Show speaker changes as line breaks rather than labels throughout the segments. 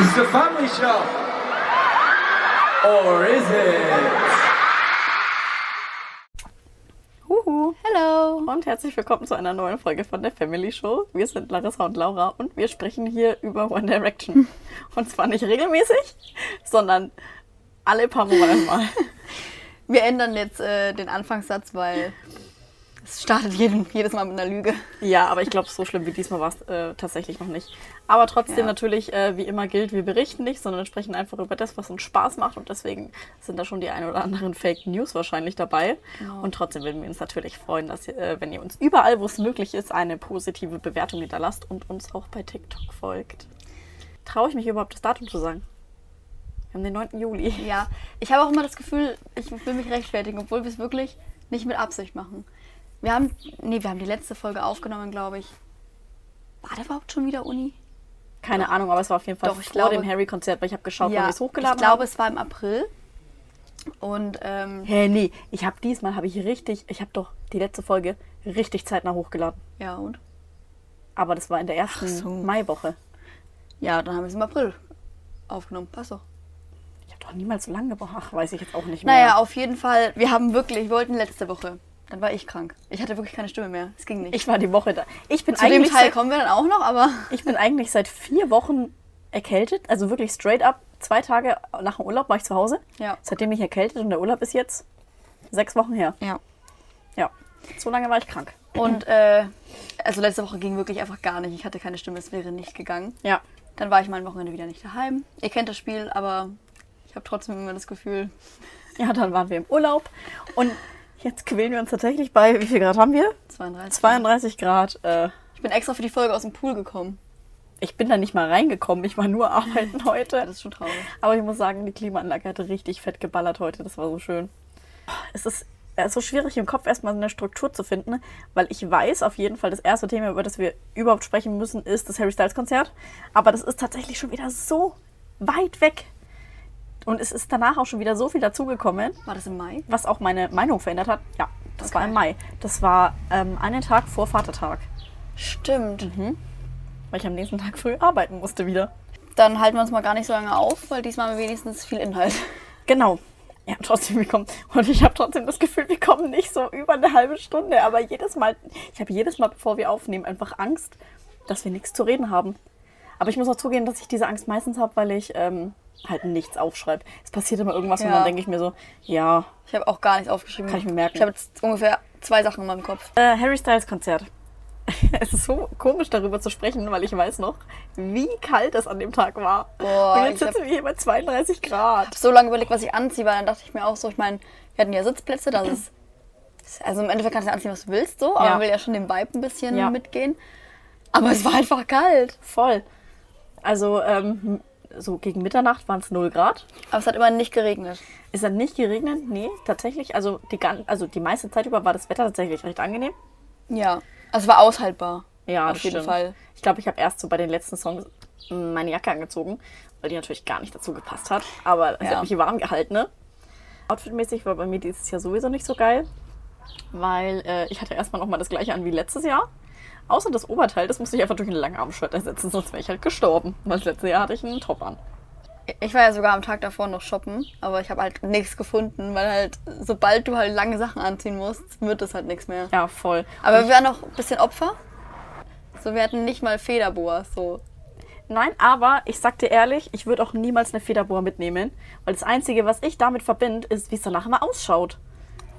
It's the family show. Or is it?
Huhu.
Hello.
Und herzlich willkommen zu einer neuen Folge von der Family Show. Wir sind Larissa und Laura und wir sprechen hier über One Direction. Und zwar nicht regelmäßig, sondern alle paar Monate mal.
Wir ändern jetzt äh, den Anfangssatz, weil es startet jeden, jedes Mal mit einer Lüge.
Ja, aber ich glaube, so schlimm wie diesmal war es äh, tatsächlich noch nicht. Aber trotzdem
Ja.
natürlich, äh, wie immer gilt, wir berichten nicht, sondern sprechen einfach über das, was uns Spaß macht. Und deswegen sind da schon die ein oder anderen Fake News wahrscheinlich dabei.
Genau.
Und trotzdem würden wir uns natürlich freuen, dass ihr, äh, wenn ihr uns überall, wo es möglich ist, eine positive Bewertung hinterlasst und uns auch bei TikTok folgt. Traue ich mich überhaupt, das Datum zu sagen? Wir haben den 9. Juli.
Ja, ich habe auch immer das Gefühl, ich will mich rechtfertigen, obwohl wir es wirklich nicht mit Absicht machen. Wir haben, nee, wir haben die letzte Folge aufgenommen, glaube ich. War da überhaupt schon wieder Uni?
Keine Ahnung, aber es war auf jeden Fall
Doch, ich
vor
glaube-
dem Harry-Konzert, weil ich habe geschaut, wann wir es hochgeladen
ich glaube,
haben.
es war im April. Und ähm,
Hä, nee, ich habe diesmal habe ich richtig, ich habe doch die letzte Folge richtig zeitnah hochgeladen.
ja und?
Aber das war in der ersten
so.
Maiwoche.
Ja, dann haben wir es im April aufgenommen. Passt doch.
Ich habe doch niemals so lange gebraucht. Ach, weiß ich jetzt auch nicht mehr.
Naja, auf jeden Fall, wir haben wirklich, wir wollten letzte Woche. Dann war ich krank. Ich hatte wirklich keine Stimme mehr. Es ging nicht.
ich war die Woche da. Ich bin,
Zu dem
eigentlich
Teil
seit,
kommen wir dann auch noch, aber
ich bin eigentlich seit vier Wochen erkältet. Also wirklich straight up. Zwei Tage nach dem Urlaub war ich zu Hause.
Ja.
Seitdem bin ich erkältet und der Urlaub ist jetzt sechs Wochen her.
ja.
Ja. So lange war ich krank.
Und äh, also letzte Woche ging wirklich einfach gar nicht. Ich hatte keine Stimme, es wäre nicht gegangen.
Ja.
Dann war ich mal ein Wochenende wieder nicht daheim. Ihr kennt das Spiel, aber ich habe trotzdem immer das Gefühl,
Ja, dann waren wir im Urlaub. Und jetzt quälen wir uns tatsächlich bei, wie viel Grad haben wir?
32.
32 Grad. Äh,
Ich bin extra für die Folge aus dem Pool gekommen.
ich bin da nicht mal reingekommen. Ich war nur arbeiten heute.
Das ist schon traurig.
Aber ich muss sagen, die Klimaanlage hatte richtig fett geballert heute. Das war so schön. Es ist äh, so schwierig im Kopf erstmal eine Struktur zu finden, weil ich weiß auf jeden Fall, das erste Thema, über das wir überhaupt sprechen müssen, ist das Harry Styles Konzert. Aber das ist tatsächlich schon wieder so weit weg. Und es ist danach auch schon wieder so viel dazugekommen,
War das im Mai?
was auch meine Meinung verändert hat. Ja, das war
Okay.
im Mai. Das war ähm, einen Tag vor Vatertag,
Stimmt.
weil ich am nächsten Tag früh arbeiten musste wieder.
Dann halten wir uns mal gar nicht so lange auf, weil diesmal haben wir wenigstens viel Inhalt.
Genau. Ja, trotzdem, wir kommen. Und ich habe trotzdem das Gefühl, wir kommen nicht so über eine halbe Stunde. Aber jedes Mal, ich habe jedes Mal, bevor wir aufnehmen, einfach Angst, dass wir nichts zu reden haben. Aber ich muss auch zugeben, dass ich diese Angst meistens habe, weil ich ähm, halt nichts aufschreibe. Es passiert immer irgendwas und
Ja.
dann denke ich mir so, ja.
Ich habe auch gar nichts aufgeschrieben.
Kann ich mir merken.
Ich habe jetzt ungefähr zwei Sachen in meinem Kopf.
Äh, Harry Styles Konzert. Es ist so komisch, darüber zu sprechen, weil ich weiß noch, wie kalt es an dem Tag war.
Boah,
und jetzt
ich hab-
sitzen wir hier bei 32 Grad.
so lange überlegt, was ich anziehe, weil dann dachte ich mir auch so, ich meine, wir hatten ja Sitzplätze, das ist. Also im Endeffekt kannst du anziehen, was du willst, so, aber
Ja.
man will ja schon den Vibe ein bisschen
Ja.
mitgehen. Aber es war einfach kalt.
Voll. Also, ähm, so gegen Mitternacht waren es 0 Grad.
Aber es hat immer nicht geregnet.
Es hat nicht geregnet, nee, tatsächlich. Also die, gan- also die meiste Zeit über war das Wetter tatsächlich recht angenehm.
Ja. Also es war aushaltbar.
Ja,
auf
das
jeden
stimmt.
Fall.
Ich glaube, ich habe erst so bei den letzten Songs mm, meine Jacke angezogen, weil die natürlich gar nicht dazu gepasst hat. Aber ich
Ja.
habe mich hier warm gehalten, ne? Outfitmäßig war bei mir dieses Jahr sowieso nicht so geil, weil äh, ich hatte erstmal nochmal das gleiche an wie letztes Jahr. Außer das Oberteil, das musste ich einfach durch ein Langarm-Shirt ersetzen, sonst wäre ich halt gestorben. Weil das letzte Jahr hatte ich einen Top an.
Ich war ja sogar am Tag davor noch shoppen, aber ich habe halt nichts gefunden, weil halt, sobald du halt lange Sachen anziehen musst, wird es halt nichts mehr.
Ja, voll.
Aber wir waren auch ein bisschen Opfer. So, wir hatten nicht mal Federboas, so.
Nein, aber ich sag dir ehrlich, ich würde auch niemals eine Federbohr mitnehmen, weil das Einzige, was ich damit verbinde, ist, wie es danach immer ausschaut.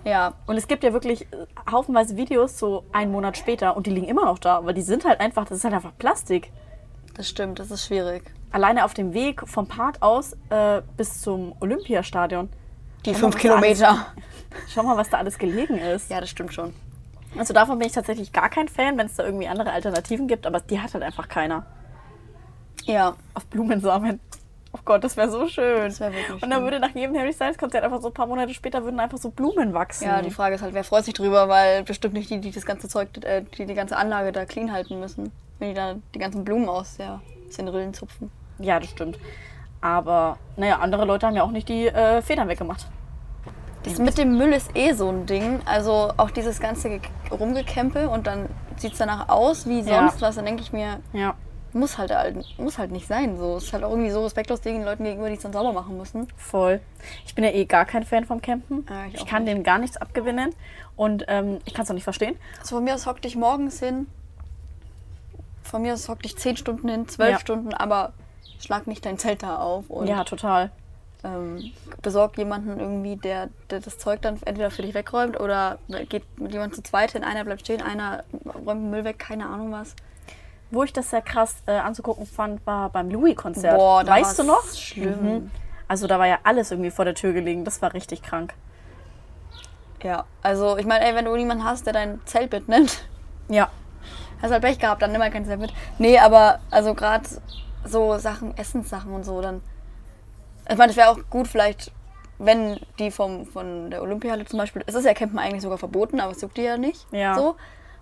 Ja,
Und es gibt ja wirklich äh, haufenweise Videos so einen Monat später und die liegen immer noch da, aber die sind halt einfach, das ist halt einfach Plastik.
das stimmt, das ist schwierig.
Alleine auf dem Weg vom Park aus äh, bis zum Olympiastadion.
Die
Schau mal,
fünf
was da alles-
Kilometer.
Schau mal, was da alles gelegen ist.
Ja, das stimmt schon.
Also davon bin ich tatsächlich gar kein Fan, wenn es da irgendwie andere Alternativen gibt, aber die hat halt einfach keiner.
Ja,
auf Blumensamen. Oh Gott, das wäre so schön.
Das wär wirklich
und dann
schön.
würde nach jedem Harry Styles Konzert einfach so ein paar Monate später würden einfach so Blumen wachsen.
ja, die Frage ist halt, wer freut sich drüber, weil bestimmt nicht die, die das ganze Zeug, äh, die die ganze Anlage da clean halten müssen, wenn die da die ganzen Blumen aus, der, aus den Rillen zupfen.
ja, das stimmt. Aber naja, andere Leute haben ja auch nicht die äh, Federn weggemacht.
Das mit dem Müll ist eh so ein Ding. Also auch dieses ganze Ge- Rumgekämpe und dann sieht es danach aus wie
Ja.
sonst was. Dann denke ich mir,
Ja.
Muss halt, halt, muss halt nicht sein. So. Ist halt auch irgendwie so respektlos den Leuten gegenüber, die es dann sauber machen müssen.
Voll. Ich bin ja eh gar kein Fan vom Campen.
Ah, ich
ich
auch
kann dem gar nichts abgewinnen. Und ähm, ich kann es auch nicht verstehen.
Also von mir aus hock dich morgens hin. Von mir aus hock dich zehn Stunden hin, zwölf
Ja.
Stunden, aber schlag nicht dein Zelt da auf und
Ja, total.
ähm, besorg jemanden irgendwie, der, der das Zeug dann entweder für dich wegräumt oder geht mit jemandem zu zweit hin, einer bleibt stehen, einer räumt den Müll weg, keine Ahnung was.
Wo ich das sehr krass äh, anzugucken fand, war beim Louis-Konzert.
Boah, da
weißt du noch?
war's schlimm.
Also da war ja alles irgendwie vor der Tür gelegen. Das war richtig krank.
Ja, also ich meine, ey, wenn du niemanden hast, der dein Zelt mitnimmt,
Ja.
hast halt Pech gehabt, dann nimm halt kein Zelt mit. Nee, aber also gerade so Sachen, Essenssachen und so, dann. Ich meine, es wäre auch gut, vielleicht, wenn die vom, von der Olympiahalle zum Beispiel, es ist ja Campen eigentlich sogar verboten, aber es juckt die ja nicht.
Ja.
So.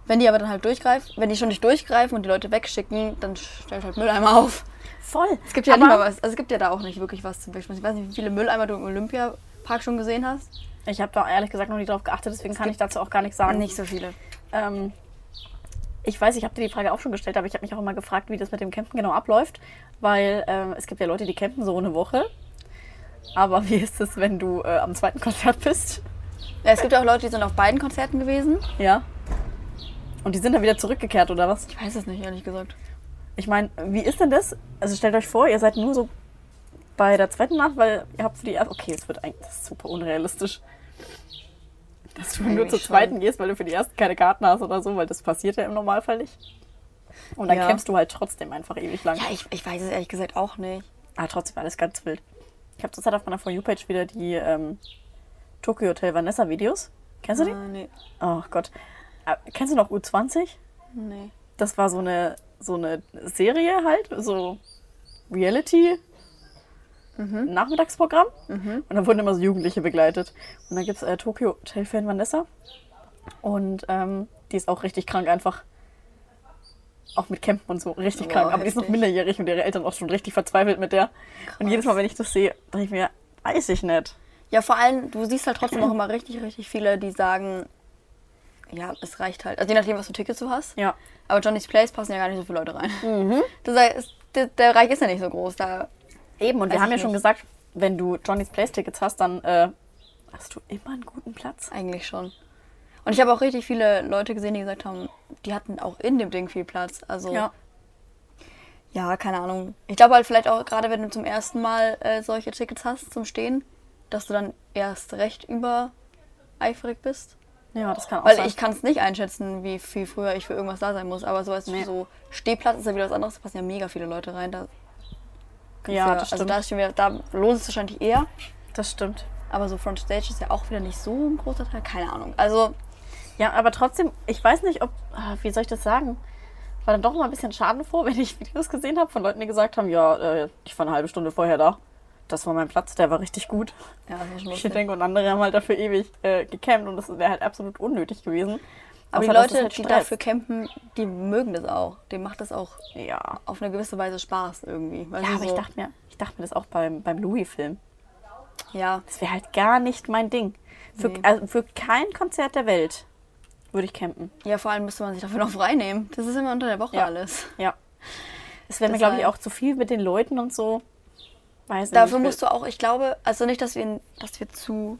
Wenn die aber dann halt durchgreifen, wenn die schon nicht durchgreifen und die Leute wegschicken, dann stellt halt Mülleimer auf.
Voll.
Es gibt ja
Aber
nicht mal was, also es gibt ja da auch nicht wirklich was zum Beispiel. Ich weiß nicht, wie viele Mülleimer du im Olympiapark schon gesehen hast.
Ich habe da ehrlich gesagt noch nie drauf geachtet, deswegen kann ich
gibt
dazu auch gar nichts sagen.
Nicht so viele.
Ähm, ich weiß, ich habe dir die Frage auch schon gestellt, aber ich habe mich auch immer gefragt, wie das mit dem Campen genau abläuft, weil ähm, es gibt ja Leute, die campen so eine Woche. Aber wie ist es, wenn du äh, am zweiten Konzert bist?
Ja, es gibt ja auch Leute, die sind auf beiden Konzerten gewesen.
Ja. Und die sind dann wieder zurückgekehrt, oder was?
Ich weiß es nicht, ehrlich gesagt.
Ich meine, wie ist denn das? Also stellt euch vor, ihr seid nur so bei der zweiten Nacht, weil ihr habt für die erste. Okay, es wird eigentlich das ist super unrealistisch. Dass du nur
Eigentlich
zur
schon.
zweiten gehst, weil du für die ersten keine Karten hast oder so, weil das passiert ja im Normalfall nicht. Und dann
Ja.
kämpfst du halt trotzdem einfach ewig lang.
Ja, ich, ich weiß es ehrlich gesagt auch nicht.
Aber trotzdem alles ganz wild. Ich habe zurzeit auf meiner For You-Page wieder die ähm, Tokyo Hotel Vanessa-Videos. Kennst du die?
Ah, nee.
Oh Gott. Äh, kennst du noch U20?
Nee.
das war so eine, so eine Serie halt, so Reality. Mhm. Nachmittagsprogramm und da wurden immer so Jugendliche begleitet. Und dann gibt es äh, Tokyo Hotel Fan Vanessa und ähm, die ist auch richtig krank einfach. Auch mit Campen und so, richtig
Wow,
krank. Aber die ist noch
heftig.
minderjährig und ihre Eltern auch schon richtig verzweifelt mit der. Und
Krass.
jedes Mal, wenn ich das sehe, denke ich mir, weiß ich nicht.
Ja, vor allem, du siehst halt trotzdem auch immer richtig, richtig viele, die sagen, ja, es reicht halt. Also je nachdem, was für Tickets du hast.
Ja,
Aber Johnny's Place passen ja gar nicht so viele Leute rein. Das heißt, der, der Reich ist ja nicht so groß. Da
Eben, und wir
Weiß
haben ja
ich
schon
nicht.
gesagt, wenn du Johnnys Place-Tickets hast, dann äh, hast du immer einen guten Platz.
eigentlich schon. Und ich habe auch richtig viele Leute gesehen, die gesagt haben, die hatten auch in dem Ding viel Platz. Also Ja, keine Ahnung. Ich glaube halt vielleicht auch gerade, wenn du zum ersten Mal äh, solche Tickets hast zum Stehen, dass du dann erst recht übereifrig bist.
Ja, das kann auch
Weil
sein.
ich kann es nicht einschätzen, wie viel früher ich für irgendwas da sein muss. Aber so als
Nee.
so Stehplatz ist ja wieder was anderes. Da passen ja mega viele Leute rein. Da kannst
ja,
du
das stimmt.
Also da, ist schon wieder, da lohnt es wahrscheinlich eher.
das stimmt.
Aber so Frontstage ist ja auch wieder nicht so ein großer Teil. Keine Ahnung. Also
Ja, aber trotzdem, ich weiß nicht, ob, ah, wie soll ich das sagen? War dann doch mal ein bisschen schadenfroh, wenn ich Videos gesehen habe von Leuten, die gesagt haben, ja, äh, ich war eine halbe Stunde vorher da. Das war mein Platz, der war richtig gut.
ja, das ist schon
Ich
lustig.
denke, und andere haben halt dafür ewig äh, gecampt und das wäre halt absolut unnötig gewesen.
Aber die
Außer, dass es
Leute,
halt
die
stresst.
dafür campen, die mögen das auch. Dem macht das auch
Ja.
auf eine gewisse Weise Spaß irgendwie. Weißt
Ja,
du,
aber ich
Also so-
dachte mir, ich dachte mir das auch beim, beim Louis-Film.
ja,
Das wäre halt gar nicht mein Ding. Für,
Nee.
also für kein Konzert der Welt würde ich campen.
Ja, vor allem müsste man sich dafür noch frei nehmen. Das ist immer unter der Woche
Ja.
alles.
Ja. Es wäre mir,
Deshalb-
glaube ich, auch zu viel mit den Leuten und so. Weiß nicht.
Dafür musst du auch, ich glaube, also nicht, dass wir, dass wir zu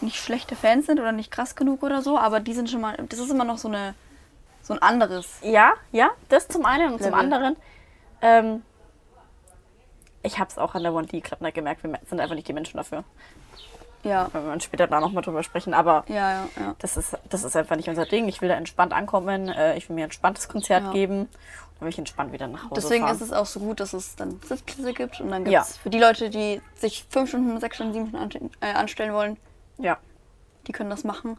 nicht schlechte Fans sind oder nicht krass genug oder so, aber die sind schon mal, das ist immer noch so eine, so ein anderes.
Ja, ja, das zum einen und zum
Level.
anderen. Ähm, ich habe es auch an der 1D Club Night gemerkt, wir sind einfach nicht die Menschen dafür.
Ja,
Wir werden später da nochmal drüber sprechen, aber
ja, ja. ja.
das ist, das ist einfach nicht unser Ding. Ich will da entspannt ankommen, äh, ich will mir ein entspanntes Konzert
Ja.
geben und dann will ich entspannt wieder nach Hause
Deswegen
fahren.
ist es auch so gut, dass es dann Sitzplätze gibt und dann gibt
Ja.
es für die Leute, die sich fünf Stunden, sechs Stunden, sieben Stunden an, äh, anstellen wollen,
ja.
die können das machen.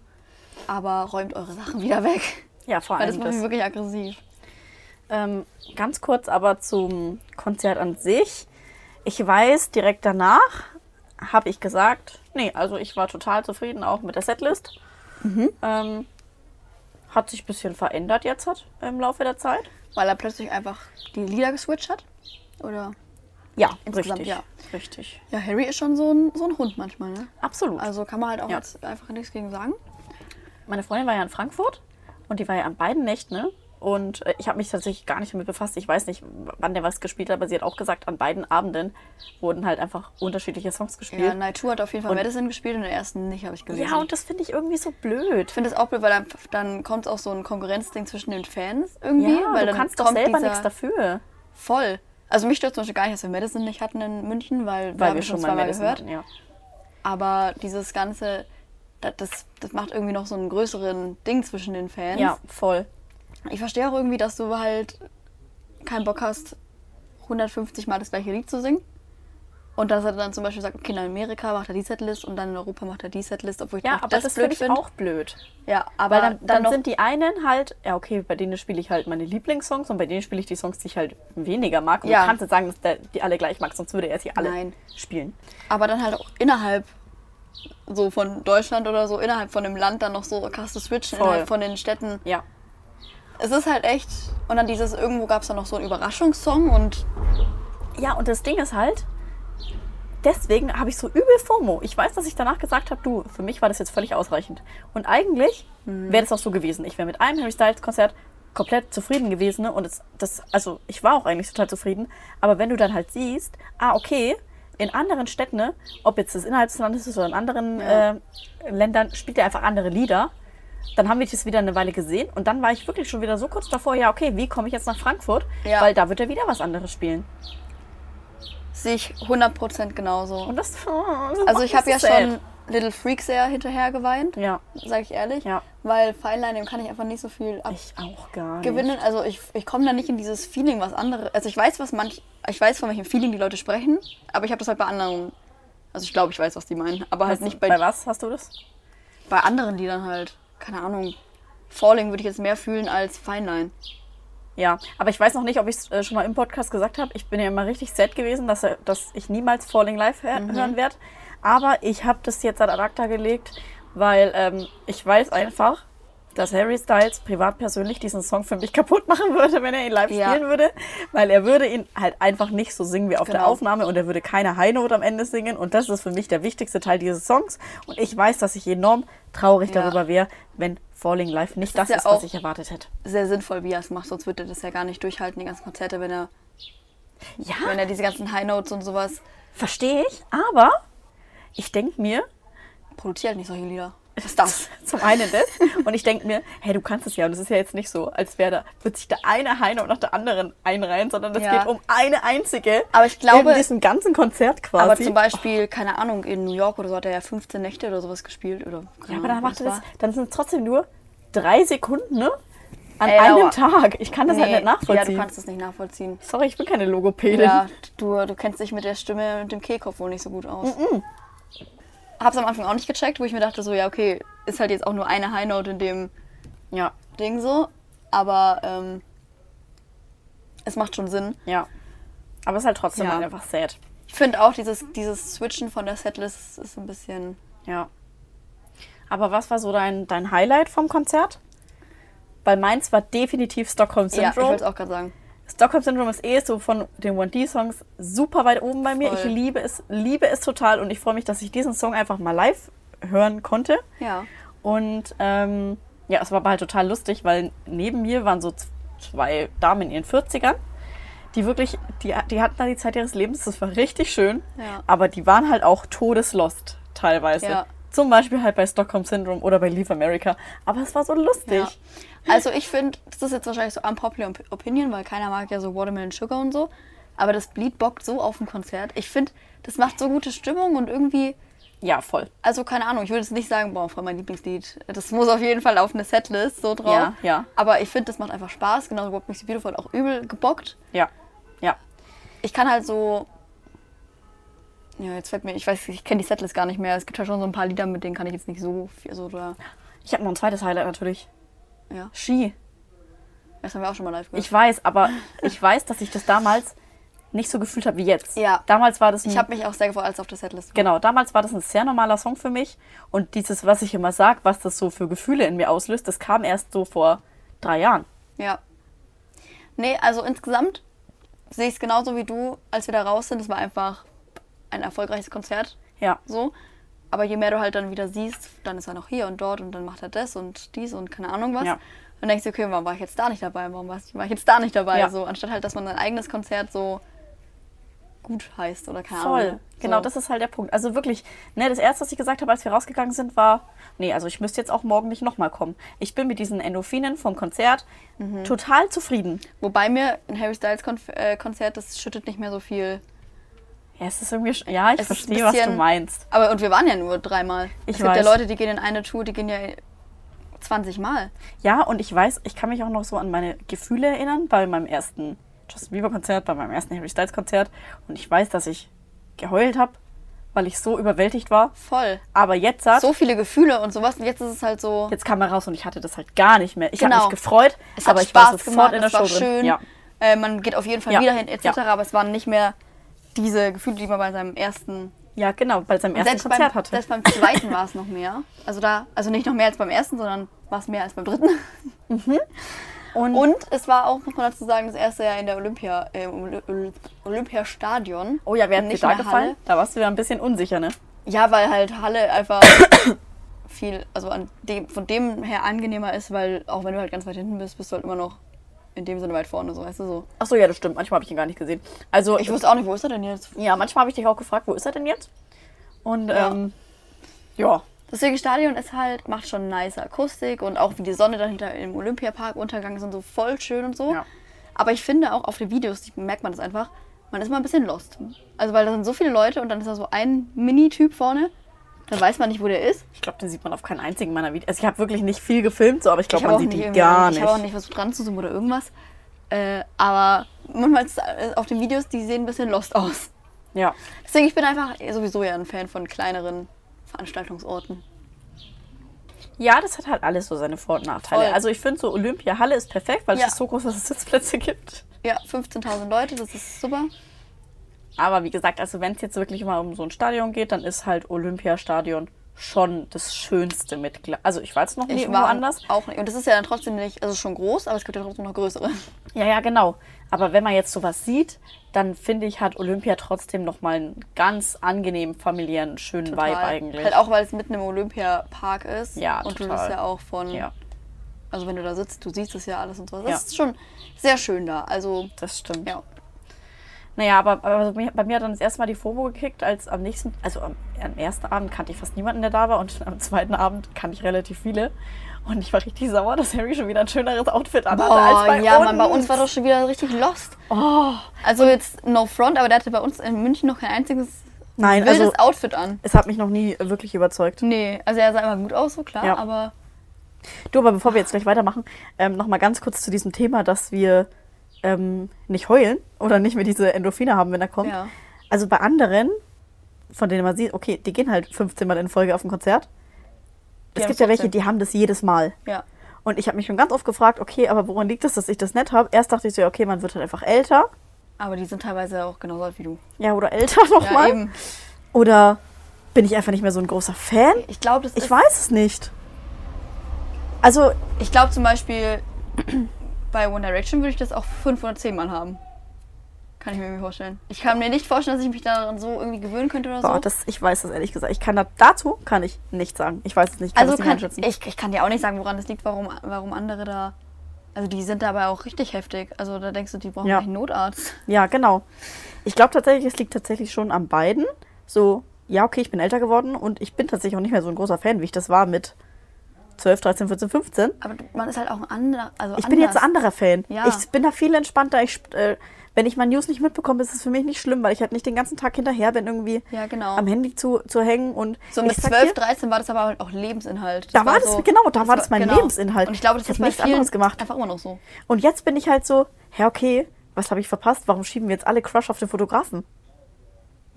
Aber räumt eure Sachen wieder weg.
ja, vor
Weil das
allem
macht
das.
mich wirklich aggressiv.
Ähm, ganz kurz aber zum Konzert an sich. Ich weiß, direkt danach habe ich gesagt, nee, also ich war total zufrieden auch mit der Setlist. Ähm, hat sich ein bisschen verändert jetzt hat, im Laufe der Zeit.
Weil er plötzlich einfach die Lieder geswitcht hat. Oder?
Ja,
Insgesamt,
richtig.
ja.
Richtig.
Ja, Harry ist schon so ein, so ein Hund manchmal, ne?
Absolut.
Also kann man halt auch
Ja.
jetzt einfach nichts gegen sagen.
Meine Freundin war ja in Frankfurt und die war ja an beiden Nächten ne, Und äh, ich habe mich tatsächlich gar nicht damit befasst. Ich weiß nicht, wann der was gespielt hat, aber sie hat auch gesagt, an beiden Abenden wurden halt einfach unterschiedliche Songs
Ja,
gespielt.
Night 2 hat auf jeden Fall Madison gespielt und den ersten nicht, habe ich
Ja,
gelesen.
und das finde ich irgendwie so blöd.
ich finde das auch blöd, weil dann, dann kommt auch so ein Konkurrenzding zwischen den Fans irgendwie.
ja,
weil
du
dann
kannst doch
kommt
selber
dieser-
nichts dafür.
Voll. Also mich stört zum Beispiel gar nicht, dass wir Madison nicht hatten in München, weil, wir
Weil
haben
wir
es schon
schon mal
zweimal
Madison
gehört.
hatten, ja.
Aber dieses ganze, da- das, das macht irgendwie noch so einen größeren Ding zwischen den Fans.
Ja, voll.
Ich verstehe auch irgendwie, dass du halt keinen Bock hast, 150 Mal das gleiche Lied zu singen. Und dass er dann zum Beispiel sagt, okay, in Amerika macht er die Setlist und dann in Europa macht er die Setlist, obwohl ich
Ja,
auch
aber
das,
das, das
blöd
finde ich
finde.
auch blöd.
Ja, aber
Weil dann, dann,
noch-
sind die einen halt, ja okay, bei denen spiele ich halt meine Lieblingssongs und bei denen spiele ich die Songs, die ich halt weniger mag. Und
Ja.
du kannst jetzt sagen, dass der, die alle gleich mag, sonst würde er sie alle
Nein.
spielen.
aber dann halt auch innerhalb so von Deutschland oder so, innerhalb von dem Land dann noch so krass zu switchen,
Voll.
innerhalb von den Städten.
Ja.
Es ist halt echt. Und dann dieses, irgendwo gab es dann noch so einen Überraschungssong und
Ja, und das Ding ist halt, deswegen habe ich so übel FOMO. Ich weiß, dass ich danach gesagt habe, du, für mich war das jetzt völlig ausreichend. Und eigentlich
Hm.
wäre das auch so gewesen. Ich wäre mit einem Harry Styles Konzert komplett zufrieden gewesen. ne? Und es, das, also ich war auch eigentlich total zufrieden. Aber wenn du dann halt siehst, ah, okay, in anderen Städten, ne, ob jetzt das innerhalb des Landes ist oder in anderen
Ja.
äh, Ländern, spielt er einfach andere Lieder. Dann haben wir das wieder eine Weile gesehen und dann war ich wirklich schon wieder so kurz davor, ja, okay, wie komme ich jetzt nach Frankfurt?
Ja.
Weil da wird er wieder was anderes spielen.
sehe ich 100% genauso.
Und das,
Also ich habe ja schon Little Freak sehr hinterher geweint,
Ja,
sag ich ehrlich.
Ja.
Weil Fine Line, dem kann ich einfach nicht so viel
ich auch gar nicht.
abgewinnen. Also ich, ich komme da nicht in dieses Feeling, was andere. Also ich weiß, was manch. Ich weiß, von welchem Feeling die Leute sprechen, aber ich habe das halt bei anderen. Also ich glaube, ich weiß, was die meinen. Aber halt
Also,
nicht
bei,
bei, bei,
was hast du das?
anderen Liedern halt. Keine Ahnung. Falling würde ich jetzt mehr fühlen als Fine Line.
Ja, aber ich weiß noch nicht, ob ich es äh, schon mal im Podcast gesagt habe. Ich bin ja immer richtig sad gewesen, dass, er- dass ich niemals Falling Live hör
Mhm.
hören werde. Aber ich habe das jetzt ad acta gelegt, weil ähm, ich weiß einfach, dass Harry Styles privat persönlich diesen Song für mich kaputt machen würde, wenn er ihn live
Ja.
spielen würde. Weil er würde ihn halt einfach nicht so singen wie auf der
Genau.
Aufnahme und er würde keine Highnote am Ende singen. Und das ist für mich der wichtigste Teil dieses Songs. Und ich weiß, dass ich enorm traurig
Ja.
darüber wäre, wenn Falling Live nicht das
ja
ist, was
auch-
ich erwartet hätte.
Sehr sinnvoll, wie er es macht, sonst würde er das ja gar nicht durchhalten, die ganzen Konzerte, wenn er,
Ja,
wenn er diese ganzen High Notes und sowas
Verstehe ich, aber ich denke mir,
produziert halt nicht solche Lieder. Was ist das?
zum einen das, und ich denke mir, hey, du kannst es ja, und es ist ja jetzt nicht so, als wäre da, wird sich der eine Heino nach der anderen einreihen, sondern es
Ja.
geht um eine einzige.
Aber ich glaube-
In diesem ganzen Konzert quasi.
Aber zum Beispiel, keine Ahnung, in New York oder so hat er ja 15 Nächte oder sowas gespielt. Oder, keine
ja, aber dann
Ahnung,
macht
was
er das,
war.
dann sind es trotzdem nur drei Sekunden, ne? An
Ey,
einem
aber-
Tag. Ich kann das halt
Nee,
nicht nachvollziehen.
Ja, du kannst das nicht nachvollziehen.
Sorry, ich bin keine Logopädin.
Ja, du, du kennst dich mit der Stimme und dem Kehlkopf wohl nicht so gut aus. Hab's am Anfang auch nicht gecheckt, wo ich mir dachte, so, ja, okay, ist halt jetzt auch nur eine High Note in dem
ja.
Ding so. Aber ähm, es macht schon Sinn.
ja. Aber es ist halt trotzdem
Ja.
halt einfach sad.
Ich finde auch, dieses, dieses Switchen von der Setlist ist ein bisschen.
Ja. Aber was war so dein, dein Highlight vom Konzert? Weil meins war definitiv Stockholm
Ja, ich
Syndrome.
wollte es auch gerade sagen.
Stockholm Syndrome ist eh so von den 1D-Songs super weit oben bei mir.
Voll.
Ich liebe es, liebe es total und ich freue mich, dass ich diesen Song einfach mal live hören konnte.
Ja.
Und ähm, ja, es war aber halt total lustig, weil neben mir waren so z- zwei Damen in ihren 40ern, die wirklich, die, die hatten da die Zeit ihres Lebens, das war richtig schön,
Ja.
aber die waren halt auch todeslost teilweise.
Ja.
Zum Beispiel halt bei Stockholm Syndrome oder bei Leave America. Aber es war so lustig.
Ja. Also ich finde, das ist jetzt wahrscheinlich so unpopular Op- Opinion, weil keiner mag ja so Watermelon Sugar und so. Aber das Bleed bockt so auf dem Konzert. Ich finde, das macht so gute Stimmung und irgendwie,
ja voll.
also keine Ahnung, ich würde jetzt nicht sagen, boah, voll mein Lieblingslied. Das muss auf jeden Fall auf eine Setlist so drauf.
Ja, ja.
Aber ich finde, das macht einfach Spaß. Genauso What Makes You Beautiful hat auch übel gebockt.
Ja. Ja.
Ich kann halt so, ja, jetzt fällt mir, ich weiß, ich kenne die Setlist gar nicht mehr. Es gibt ja schon so ein paar Lieder, mit denen kann ich jetzt nicht so viel, so da,
Ich habe noch ein zweites Highlight natürlich.
ja.
Ski.
Das haben wir auch schon mal live gehört.
Ich weiß, aber ich weiß, dass ich das damals nicht so gefühlt habe wie jetzt.
Ja.
Damals war das ein
Ich habe mich auch sehr gefreut, als es auf der Setlist war.
Genau, damals war das ein sehr normaler Song für mich. Und dieses, was ich immer sage, was das so für Gefühle in mir auslöst, das kam erst so vor drei Jahren.
Ja. Nee, also insgesamt sehe ich es genauso wie du, als wir da raus sind. Es war einfach ein erfolgreiches Konzert.
Ja,
So. Aber je mehr du halt dann wieder siehst, dann ist er noch hier und dort und dann macht er das und dies und keine Ahnung was.
Ja.
dann denkst du, okay, warum war ich jetzt da nicht dabei? Warum war ich war ich jetzt da nicht dabei?
Ja.
So, anstatt halt, dass man sein eigenes Konzert so gut heißt oder keine
Voll.
Ahnung. Ah, So.
Genau, das ist halt der Punkt. Also wirklich, ne, das erste, was ich gesagt habe, als wir rausgegangen sind, war, nee, also ich müsste jetzt auch morgen nicht nochmal kommen. Ich bin mit diesen Endorphinen vom Konzert
Mhm.
total zufrieden.
Wobei mir ein Harry Styles Konf äh, Konzert, das schüttet nicht mehr so viel.
Ja, es ist irgendwie, sch- ja, ich
Es ist ein
verstehe, was du
bisschen-
meinst.
Aber und wir waren ja nur dreimal.
Ich
es gibt ja
weiß.
Leute, die gehen in eine Tour, die gehen ja 20 Mal.
Ja, und ich weiß, ich kann mich auch noch so an meine Gefühle erinnern bei meinem ersten Justin Bieber Konzert, bei meinem ersten Harry Styles Konzert. Und ich weiß, dass ich geheult habe, weil ich so überwältigt war.
Voll.
Aber jetzt sagt,
So viele Gefühle und sowas. Und jetzt ist es halt so.
jetzt kam er raus und ich hatte das halt gar nicht mehr. Ich
Genau.
habe mich gefreut,
Es hat
aber ich war
Spaß
sofort
gemacht,
in der
es war
Show
schön.
drin. Ja.
Äh, man geht auf jeden Fall
Ja.
wieder hin, etc.
Ja.
Aber es waren nicht mehr diese Gefühle, die man bei seinem ersten.
ja, genau, bei seinem ersten
Selbst
Konzert
beim,
hatte.
selbst beim zweiten war es noch mehr. Also da, also nicht noch mehr als beim ersten, sondern war es mehr als beim dritten.
Mhm. und,
Und es war auch, muss man dazu sagen, das erste Jahr in der Olympia, äh, im Oly- Oly- Olympiastadion.
oh ja, wer hat dir
Nicht
da
mehr
gefallen?
Halle.
Da warst du ja ein bisschen unsicher, ne?
Ja, weil halt Halle einfach viel, also an dem, von dem her angenehmer ist, weil auch wenn du halt ganz weit hinten bist, bist du halt immer noch in dem Sinne weit vorne, so weißt du so.
Ach so, ja, das stimmt. Manchmal habe ich ihn gar nicht gesehen. Also
Ich wusste auch nicht, wo ist er denn jetzt?
ja, manchmal habe ich dich auch gefragt, wo ist er denn jetzt? Und ja.
Ja.
ähm, ja,
Deswegen Stadion ist halt, macht schon nice Akustik und auch wie die Sonne dahinter im Olympiapark, Untergang ist und so voll schön und so.
Ja.
Aber ich finde auch auf den Videos, die- merkt man das einfach, man ist mal ein bisschen lost. Also weil da sind so viele Leute und dann ist da so ein Mini-Typ vorne, dann weiß man nicht, wo der ist.
ich glaube, den sieht man auf keinen einzigen meiner Videos. Also ich habe wirklich nicht viel gefilmt, so, aber ich glaube,
hab
man sieht ihn gar
irgendwie-
nicht.
Ich habe auch nicht versucht ranzuzoomen oder irgendwas. Äh, aber manchmal ist, äh, auf den Videos, die sehen ein bisschen lost aus.
Ja,
Deswegen, ich bin einfach eh sowieso ja ein Fan von kleineren Veranstaltungsorten.
ja, das hat halt alles so seine Vor- und Nachteile.
Voll.
Also ich finde so Olympia Halle ist perfekt, weil
Ja.
es ist so groß, dass es Sitzplätze gibt.
Ja, 15.000 Leute, das ist super.
Aber wie gesagt, also wenn es jetzt wirklich mal um so ein Stadion geht, dann ist halt Olympiastadion schon das Schönste mit. Gla also ich war jetzt noch nie
Ich
irgendwo
war
anders.
auch nicht. Und das ist ja dann trotzdem nicht, also schon groß, aber es gibt ja trotzdem noch größere.
Ja, ja, genau. Aber wenn man jetzt sowas sieht, dann finde ich, hat Olympia trotzdem nochmal einen ganz angenehmen, familiären, schönen Vibe eigentlich.
Halt auch, weil es mitten im Olympiapark ist.
Ja,
Und du
total.
bist ja auch von,
Ja,
also wenn du da sitzt, du siehst es ja alles und so. Das
Ja.
ist schon sehr schön da. Also,
das stimmt.
ja.
Naja, aber, aber bei mir- bei mir hat dann das erste Mal die FOMO gekickt, als am nächsten, also am, am ersten Abend kannte ich fast niemanden, der da war und am zweiten Abend kannte ich relativ viele. Und ich war richtig sauer, dass Harry schon wieder ein schöneres Outfit anhatte als
Boah,
bei
Oh, ja,
uns. Oh.
man, bei uns war doch schon wieder richtig lost. Also jetzt no front, aber der hatte bei uns in München noch kein einziges
Nein,
wildes
also
Outfit an.
es hat mich noch nie wirklich überzeugt.
Nee, also er sah immer gut aus, so klar,
Ja.
aber
Du, aber bevor wir jetzt gleich weitermachen, ähm, nochmal ganz kurz zu diesem Thema, dass wir ähm, nicht heulen oder nicht mehr diese Endorphine haben, wenn er kommt.
Ja.
Also bei anderen, von denen man sieht, okay, die gehen halt 15 Mal in Folge auf ein Konzert.
Die
es
haben
gibt ja
es
welche,
trotzdem.
die haben das jedes Mal.
ja.
Und ich habe mich schon ganz oft gefragt, okay, aber woran liegt es, dass ich das nicht habe? Erst dachte ich so, ja, okay, man wird halt einfach älter.
Aber die sind teilweise auch genauso alt wie du.
Ja, oder älter
Ja,
nochmal.
eben.
oder bin ich einfach nicht mehr so ein großer Fan?
Ich glaube, das
Ich
ist.
weiß es nicht. Also,
Ich glaube zum Beispiel, bei One Direction würde ich das auch 510 Mal haben. Kann ich mir irgendwie vorstellen. Ich kann mir nicht vorstellen, dass ich mich daran so irgendwie gewöhnen könnte oder so.
Boah, das, ich weiß das ehrlich gesagt. Ich kann da, dazu kann ich nichts sagen. Ich weiß es nicht. Ich Kann
also
es nicht
kann,
einschätzen.
ich, ich kann dir auch nicht sagen, woran das liegt, warum, warum andere da. Also die sind dabei auch richtig heftig. Also da denkst du, die brauchen
Ja.
ja. einen Notarzt.
ja, genau. Ich glaube tatsächlich, es liegt tatsächlich schon an beiden. So, ja, okay, ich bin älter geworden und ich bin tatsächlich auch nicht mehr so ein großer Fan, wie ich das war mit 12, 13, 14, 15.
Aber du- man ist halt auch ein anderer. Also
Ich bin jetzt ein
anders.
anderer Fan.
Ja.
Ich bin da viel entspannter. Ich, sp- äh, wenn ich meine News nicht mitbekomme, ist es für mich nicht schlimm, weil ich halt nicht den ganzen Tag hinterher bin, irgendwie
Ja, genau.
am Handy zu, zu hängen. Und
So mit
ich sag
12,
dir-
13 war das aber halt auch Lebensinhalt.
Da war das-
so,
genau, da war das mein Lebensinhalt.
Und ich glaube, das
Ich hab
ist bei
nichts
vielen
anderes gemacht.
einfach immer noch so.
Und jetzt bin ich halt so, hä, okay, was habe ich verpasst? Warum schieben wir jetzt alle Crush auf den Fotografen?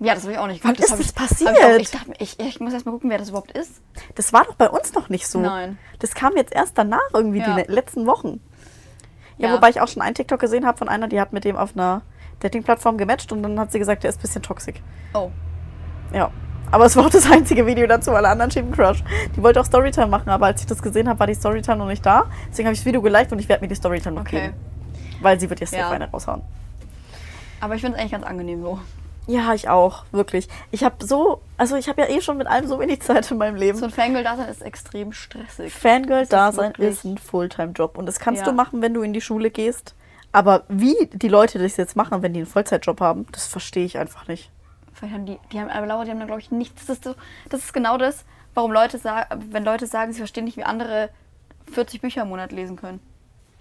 Ja, das habe ich auch nicht
Wann
geguckt.
ist
hab
das
ich, hab Ich, auch,
passiert?
ich, dachte, mir, ich, ich muss erst mal gucken, wer das überhaupt ist.
Das war doch bei uns noch nicht so.
Nein.
Das kam jetzt erst danach irgendwie,
Ja.
die le- letzten Wochen. Ja,
Ja.
wobei ich auch schon einen TikTok gesehen habe von einer, die hat mit dem auf einer Dating-Plattform gematcht und dann hat sie gesagt, der ist ein bisschen toxisch.
Oh.
Ja. Aber es war auch das einzige Video dazu, alle anderen schieben Crush. Die wollte auch Storytime machen, aber als ich das gesehen habe, war die Storytime noch nicht da. Deswegen habe ich das Video geliked und ich werde mir die Storytime noch
Okay.
geben. Weil sie wird jetzt
Ja.
ja. eine raushauen.
Aber ich finde es eigentlich ganz angenehm so.
Ja, ich auch, wirklich. Ich habe so, also ich habe ja eh schon mit allem so wenig Zeit in meinem Leben.
So ein Fangirl-Dasein ist extrem stressig.
Fangirl-Dasein
Das ist wirklich-
ist ein Fulltime-Job und das kannst
Ja.
du machen, wenn du in die Schule gehst. Aber wie die Leute das jetzt machen, wenn die einen Vollzeitjob haben, das verstehe ich einfach nicht.
Vielleicht haben die, die haben, aber Laura, die haben da glaube ich nichts. Das ist, so, das ist genau das, warum Leute sagen, wenn Leute sagen, sie verstehen nicht, wie andere 40 Bücher im Monat lesen können.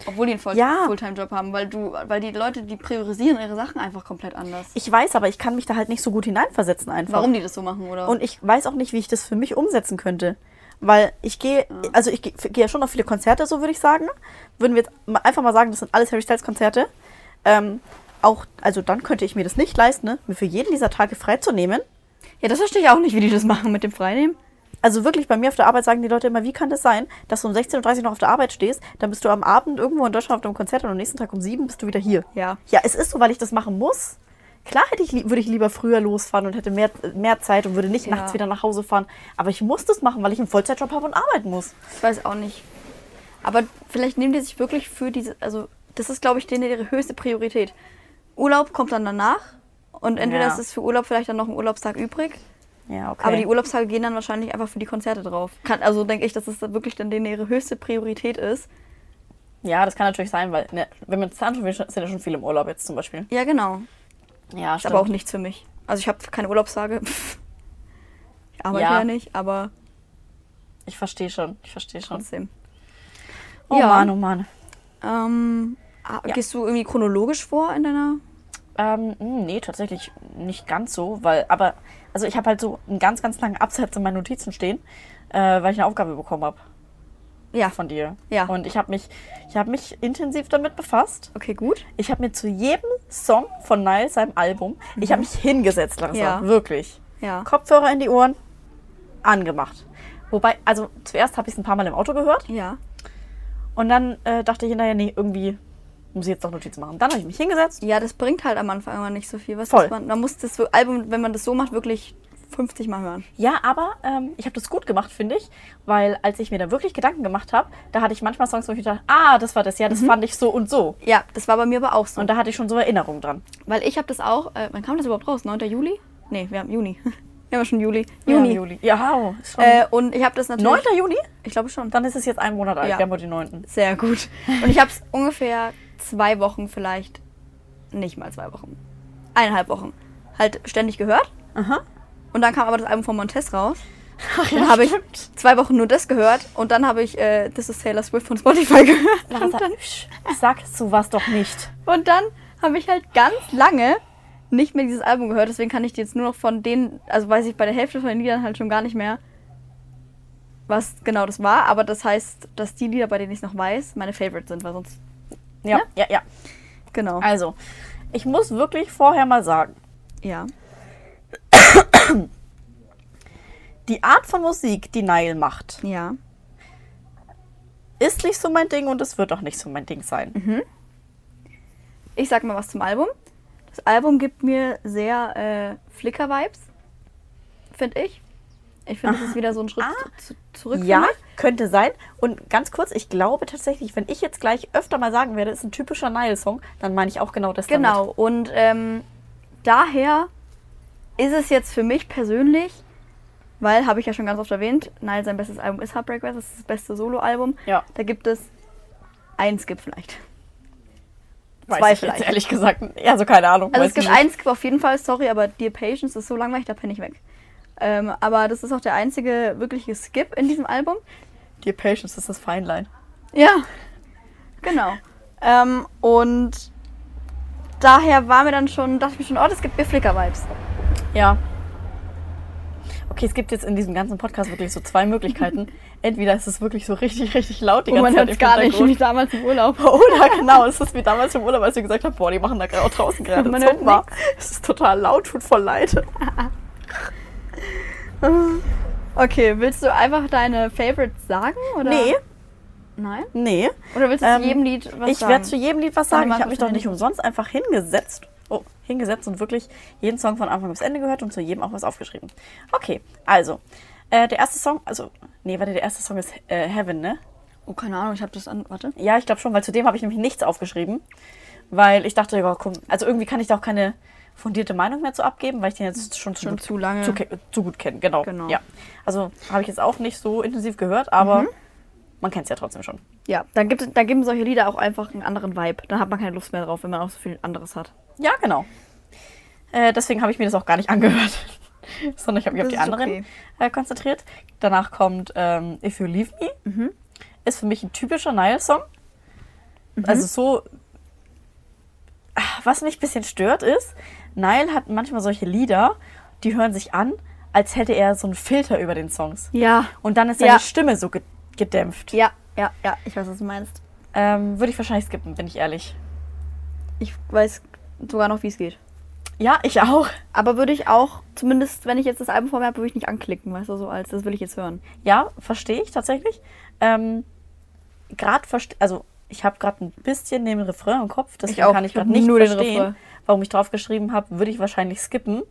Obwohl die einen Voll
Ja.
Fulltime-Job haben, weil du, weil die Leute, die priorisieren ihre Sachen einfach komplett anders.
Ich weiß, aber ich kann mich da halt nicht so gut hineinversetzen einfach.
Warum die das so machen, oder?
Und ich weiß auch nicht, wie ich das für mich umsetzen könnte. Weil ich gehe, also ich gehe gehe ja schon auf viele Konzerte, so würde ich sagen. Würden wir jetzt mal- einfach mal sagen, das sind alles Harry Styles Konzerte. Ähm, auch, also dann könnte ich mir das nicht leisten, ne, mir für jeden dieser Tage freizunehmen.
ja, das verstehe ich auch nicht, wie die das machen mit dem Freinehmen.
Also wirklich, bei mir auf der Arbeit sagen die Leute immer, wie kann das sein, dass du um 16.30 Uhr noch auf der Arbeit stehst, dann bist du am Abend irgendwo in Deutschland auf einem Konzert und am nächsten Tag um 7 bist du wieder hier.
Ja.
Ja, es ist so, weil ich das machen muss. Klar hätte ich, lie- würde ich lieber früher losfahren und hätte mehr, mehr Zeit und würde nicht
Ja.
nachts wieder nach Hause fahren. Aber ich muss das machen, weil ich einen Vollzeitjob habe und arbeiten muss.
Ich weiß auch nicht. Aber vielleicht nehmen die sich wirklich für diese, also das ist, glaube ich, denen ihre höchste Priorität. Urlaub kommt dann danach und entweder
Ja.
ist es für Urlaub vielleicht dann noch ein Urlaubstag übrig,
Ja, okay.
aber die Urlaubstage gehen dann wahrscheinlich einfach für die Konzerte drauf. Kann, also denke ich, dass es dann wirklich dann denen ihre höchste Priorität ist.
ja, das kann natürlich sein, weil, ne, wenn man es anschaut, wir sind ja schon viel im Urlaub jetzt zum Beispiel.
Ja, genau.
Ja,
Ist aber auch nichts für mich. Also ich habe keine Urlaubstage. Ich arbeite ja.
Ja.
nicht, aber
Ich verstehe schon, ich verstehe schon.
trotzdem.
Oh
Ja.
Mann, oh Mann.
Ähm, ah,
Ja.
Gehst du irgendwie chronologisch vor in deiner
Ähm, mh, nee, tatsächlich nicht ganz so, weil, aber, also ich habe halt so einen ganz, ganz langen Absatz in meinen Notizen stehen, äh, weil ich eine Aufgabe bekommen habe
Ja,
von dir.
Ja.
Und ich habe mich, ich habe mich intensiv damit befasst.
Okay, gut.
Ich habe mir zu jedem Song von Nile, seinem Album, ich habe mich hingesetzt langsam,
Mhm. Ja.
wirklich.
Ja.
Kopfhörer in die Ohren, angemacht. Wobei, also zuerst habe ich es ein paar Mal im Auto gehört
Ja.
und dann äh, dachte ich hinterher, nee, irgendwie muss ich jetzt doch Notizen machen. Dann habe ich mich hingesetzt.
Ja, das bringt halt am Anfang immer nicht so viel. Was
Voll.
muss Man, man muss das wir- Album, wenn man das so macht, wirklich 50 Mal hören.
Ja, aber ähm, ich habe das gut gemacht, finde ich, weil als ich mir da wirklich Gedanken gemacht habe, da hatte ich manchmal Songs, wo ich dachte, ah, das war das, ja,
Mhm.
das fand ich so und so.
Ja, das war bei mir aber auch so.
Und da hatte ich schon so Erinnerungen dran.
weil ich habe das auch, äh, wann kam das überhaupt raus? 9. Juli? Nee, wir haben Juni. Wir haben ja schon Juli. Juni.
Ja, Juli. Ja, wow, ist schon.
Äh, und ich habe das natürlich...
9. Juni?
Ich glaube schon.
Dann ist es jetzt ein Monat alt.
Ja.
Wir haben heute den 9.
Sehr gut. Und ich habe es ungefähr zwei Wochen vielleicht, nicht mal zwei Wochen, eineinhalb Wochen, halt ständig gehört.
Aha.
Und dann kam aber das Album von Montez raus.
Ach,
Dann habe ich zwei Wochen nur das gehört und dann habe ich äh, This is Taylor Swift von Spotify gehört. Und dann,
Sagst du was doch nicht.
und dann habe ich halt ganz lange nicht mehr dieses Album gehört, deswegen kann ich jetzt nur noch von denen, also weiß ich bei der Hälfte von den Liedern halt schon gar nicht mehr, was genau das war, aber das heißt, dass die Lieder, bei denen ich es noch weiß, meine Favorites sind, weil sonst,
Ja,
Ne?
ja, ja.
genau.
Also, ich muss wirklich vorher mal sagen,
Ja.
die Art von Musik, die Nile macht,
Ja.
ist nicht so mein Ding und es wird auch nicht so mein Ding sein.
Ich sag mal was zum Album. Das Album gibt mir sehr äh, Flickr-Vibes, finde ich. Ich finde, das ist wieder so ein Schritt zu, zu, zurück. für
Ah. Ja,
mich.
könnte sein. Und ganz kurz, ich glaube tatsächlich, wenn ich jetzt gleich öfter mal sagen werde, es ist ein typischer Nile-Song, dann meine ich auch genau das
Genau. Und ähm, daher ist es jetzt für mich persönlich, weil, habe ich ja schon ganz oft erwähnt, Nile, sein bestes Album ist Heartbreak West, das ist das beste Solo-Album.
Ja.
Da gibt es eins, gibt vielleicht. Zwei
damit. Weiß ich jetzt
vielleicht.
ehrlich gesagt. Also keine Ahnung.
Also
weiß
es gibt
ich nicht.
einen Skip auf jeden Fall, sorry, aber Dear Patience ist so langweilig, da penne ich weg. Ähm, aber das ist auch der einzige wirkliche Skip in diesem Album.
Dear Patience ist das Feinlein.
Ja, genau. ähm, und daher war mir dann schon, dachte ich mir schon, oh, das gibt mir Flickr-Vibes.
Ja. Okay, es gibt jetzt in diesem ganzen Podcast wirklich so zwei Möglichkeiten. Entweder ist es wirklich so richtig, richtig laut die
Und
ganze
man
Zeit
hört
im
es gar nicht, wie
Hintergrund.
damals im Urlaub.
Oder genau, es ist wie damals im Urlaub, als wir gesagt haben, boah, die machen da gerade draußen gerade
Man hört
Zumba. Es ist total laut, tut voll leid.
Okay, willst du einfach deine Favorites sagen? Oder?
Nee,
Nein?
nee.
Oder willst du
Ähm,
zu jedem Lied was
Ich
sagen?
werde zu jedem Lied was
Sag
sagen.
mal
Ich habe mich doch
kurz
nicht umsonst einfach hingesetzt. Oh, hingesetzt und wirklich jeden Song von Anfang bis Ende gehört und zu jedem auch was aufgeschrieben. Okay, also. Äh, der erste Song, also, nee, warte, der erste Song ist äh, Heaven, ne?
Oh, keine Ahnung, ich habe das an... Warte.
Ja, ich glaube schon, weil zu dem habe ich nämlich nichts aufgeschrieben. Weil ich dachte, ja, komm, also irgendwie kann ich da auch keine fundierte Meinung mehr zu abgeben, weil ich den jetzt schon, zu
Hm, Schon
gut,
zu lange.
Zu, ke- zu gut kenne. Genau.
Genau.
Ja. Also habe ich jetzt auch nicht so intensiv gehört, aber
Mhm.
man kennt es ja trotzdem schon.
Ja, dann, gibt, dann geben solche Lieder auch einfach einen anderen Vibe. Dann hat man keine Lust mehr drauf, wenn man auch so viel anderes hat.
Ja, genau. Äh, deswegen habe ich mir das auch gar nicht angehört, sondern ich habe mich auf
Das
die
ist
anderen
okay.
äh, konzentriert. Danach kommt ähm, If You Leave Me.
Mhm.
Ist für mich ein typischer Nile-Song.
Mhm.
Also so, Ah, was mich ein bisschen stört ist, Nile hat manchmal solche Lieder, die hören sich an, als hätte er so einen Filter über den Songs.
Ja.
Und dann ist seine
Ja.
Stimme so ge gedämpft.
Ja, ja, ja. Ich weiß, was du meinst.
Ähm, Würde ich wahrscheinlich skippen, bin ich ehrlich.
Ich weiß sogar noch, wie es geht.
Ja, ich auch.
Aber würde ich auch, zumindest wenn ich jetzt das Album vor mir habe, würde ich nicht anklicken, weißt du, so als das will ich jetzt hören.
Ja, verstehe ich tatsächlich. Ähm, gerade verstehe, also ich habe gerade ein bisschen den Refrain im Kopf, deswegen
auch.
kann ich
Ich hab
gerade nicht
nur den
verstehen,
Refrain.
warum ich drauf geschrieben habe, würde ich wahrscheinlich skippen.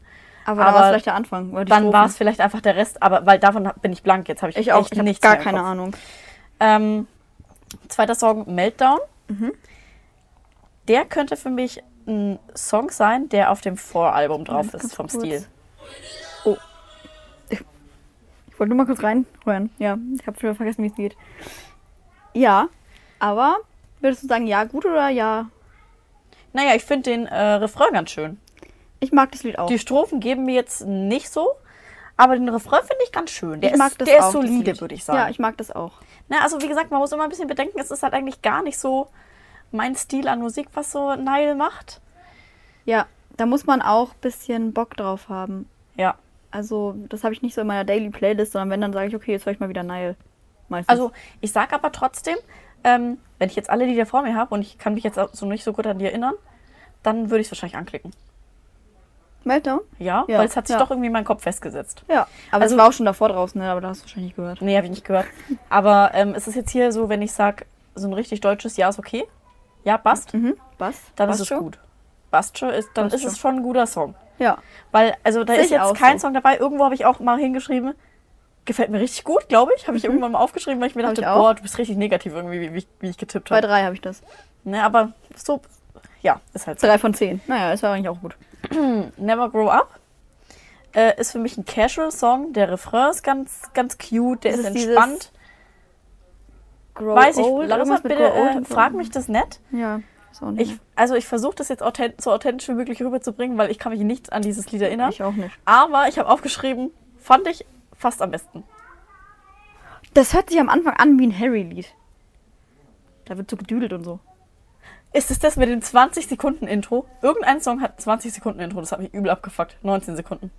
Aber, da
Aber
war es vielleicht der Anfang. Oder die
Dann
Strophen.
war es vielleicht einfach der Rest, aber weil davon hab- bin ich blank, jetzt habe ich,
Ich auch,
echt
ich habe
nichts
gar
mehr im
keine
Kopf.
Ahnung.
Ähm, zweiter Song, Meltdown.
Mhm.
Der könnte für mich ein Song sein, der auf dem Voralbum drauf
Ganz
ist, vom
kurz. Oh.
Stil.
Ich wollte nur mal kurz reinhören. Ja, ich habe schon vergessen, wie es geht. Ja, aber würdest du sagen, ja, gut oder ja?
Naja, ich finde den äh, Refrain ganz schön.
Ich mag das Lied auch.
Die Strophen geben mir jetzt nicht so, aber den Refrain finde ich ganz schön. Der
ich mag
ist,
das
der
auch,
ist
das
solide,
Lied.
würde ich sagen.
Ja, ich mag das auch.
Na, also wie gesagt, man muss immer ein bisschen bedenken, es ist halt eigentlich gar nicht so mein Stil an Musik, was so Nile macht.
Ja, da muss man auch ein bisschen Bock drauf haben.
Ja.
Also, das habe ich nicht so in meiner Daily Playlist, sondern wenn, dann sage ich, okay, jetzt höre ich mal wieder Nile. Meistens.
Also ich sag aber trotzdem, ähm, wenn ich jetzt alle Lieder vor mir habe und ich kann mich jetzt auch so nicht so gut an die erinnern, dann würde ich es wahrscheinlich anklicken.
Meltdown?
Ja,
Ja,
weil es hat sich
ja.
doch irgendwie in meinem Kopf festgesetzt.
Ja. Aber
Also-
es war auch schon davor draußen, ne? aber da hast du wahrscheinlich nicht gehört.
Nee, habe ich nicht gehört. Aber ähm, es ist jetzt hier so, wenn ich sag, so ein richtig deutsches Ja ist okay. Ja, passt.
Mhm. Was?
dann
Was
ist es
schon?
gut. Bastjo ist, dann
Bastjo.
ist es schon ein guter Song.
Ja.
Weil, also da
Sehe
ist
ich
jetzt
auch
kein
so.
Song dabei. Irgendwo habe ich auch mal hingeschrieben, gefällt mir richtig gut, glaube ich. Habe ich irgendwann mal aufgeschrieben, weil ich mir
Mhm. Hab
dachte,
ich auch.
boah, du bist richtig negativ irgendwie, wie, wie, ich- wie ich getippt
Bei
habe.
drei habe ich das.
Ne, aber so, ja, ist halt so.
Drei von zehn. Naja, es war eigentlich auch gut.
Never Grow Up äh, ist für mich ein Casual-Song. Der Refrain ist ganz, ganz cute, der
Ist
ist,
es dieses
entspannt.
Grow
Weiß ich,
old,
lass mal
irgendwas mit
bitte,
grow old
äh,
und so. Mhm.
frag mich das nett.
Ja, ist auch nicht.
Ich, also ich versuche das jetzt authent so authentisch wie möglich rüberzubringen, weil ich kann mich nicht an dieses Lied erinnern.
Ich auch nicht.
Aber ich habe aufgeschrieben, fand ich fast am besten.
Das hört sich am Anfang an wie ein Harry-Lied. Da wird so gedüdelt und so.
Ist es das mit dem 20 Sekunden Intro? Irgendein Song hat 20 Sekunden Intro, das hat mich übel abgefuckt. 19 Sekunden.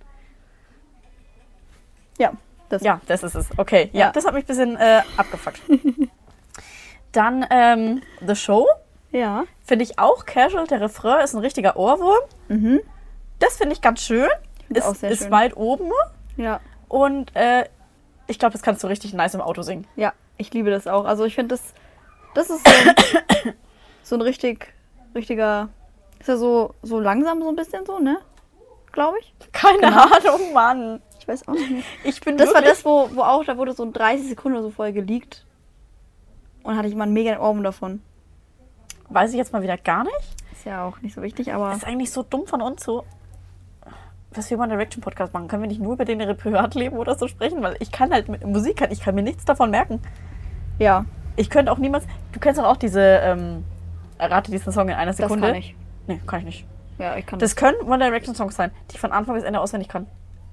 Ja, das.
Ja, das ist es. Okay, ja,
Ja.
das hat mich ein bisschen äh, abgefuckt. Dann ähm, The Show
Ja.
finde ich auch casual. Der Refrain ist ein richtiger Ohrwurm. Das finde ich ganz schön.
das
Mhm. Ist,
auch sehr
ist
schön.
weit oben
Ja.
und äh, ich glaube, das kannst du richtig nice im Auto singen.
Ja, ich liebe das auch. Also ich finde das, das ist so ein, so ein richtig, richtiger, ist ja so, so langsam so ein bisschen so, ne? Glaube ich.
Keine Ahnung, Mann.
Ich weiß auch nicht mehr.
Genau. Ich bin
Das war
wirklich
das, wo, wo auch, da wurde so ein 30 Sekunden oder so vorher geleakt. Und hatte ich mal einen mega Ohrwurm davon.
weiß ich jetzt mal wieder gar nicht.
Ist ja auch nicht so wichtig, aber
ist eigentlich so dumm von uns so, dass wir One Direction Podcast machen. Können wir nicht nur über den ihre Privatleben oder so sprechen? Weil ich kann halt mit Musik, kann, ich kann mir nichts davon merken.
ja,
Ich könnte auch niemals. Du kennst doch auch diese. Ähm, errate diesen Song in einer
das
Sekunde.
kann ich. Mhm.
Nee, kann ich nicht.
Ja, ich kann das.
Das können One Direction Songs sein, die ich von Anfang bis Ende auswendig kann.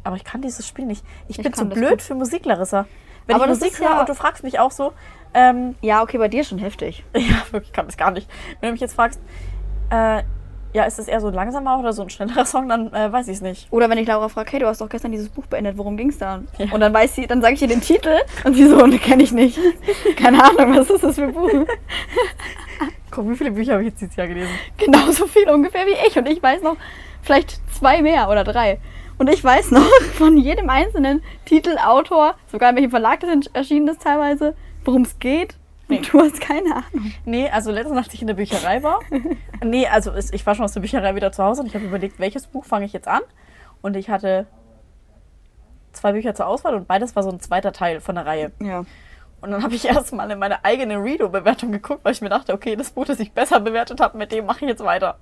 Aber ich kann dieses Spiel nicht. Ich,
Ich
bin
kann
zu
das
blöd
gut.
für Musik, Larissa. Wenn
Aber
ich
das
Musik
ist
höre
ja-
und du fragst mich auch so, ähm,
Ja, okay, bei dir schon heftig.
Ja, wirklich kann das gar nicht. Wenn du mich jetzt fragst, äh, ja, ist es eher so ein langsamer oder so ein schnellerer Song, dann äh, weiß ich es nicht.
Oder wenn ich Laura frage, hey, du hast doch gestern dieses Buch beendet, worum ging's da?
Ja.
Und dann weiß sie, dann sage ich ihr den Titel und sie so, ne, kenne ich nicht. Keine Ahnung, was ist das für ein Buch?
Guck, wie viele Bücher habe ich jetzt dieses Jahr gelesen?
Genauso viel ungefähr wie ich und ich weiß noch vielleicht zwei mehr oder drei. Und ich weiß noch von jedem einzelnen Titel, Autor, sogar in welchem Verlag das ents- erschienen ist teilweise, worum es geht.
Nee.
Und du hast keine Ahnung.
Nee, also letzte Nacht, als ich in der Bücherei war. nee, also es- ich war schon aus der Bücherei wieder zu Hause und ich habe überlegt, welches Buch fange ich jetzt an? Und ich hatte zwei Bücher zur Auswahl und beides war so ein zweiter Teil von der Reihe.
Ja.
Und dann habe ich erstmal in meine eigene Redo-Bewertung geguckt, weil ich mir dachte, okay, das Buch, das ich besser bewertet habe, mit dem mache ich jetzt weiter.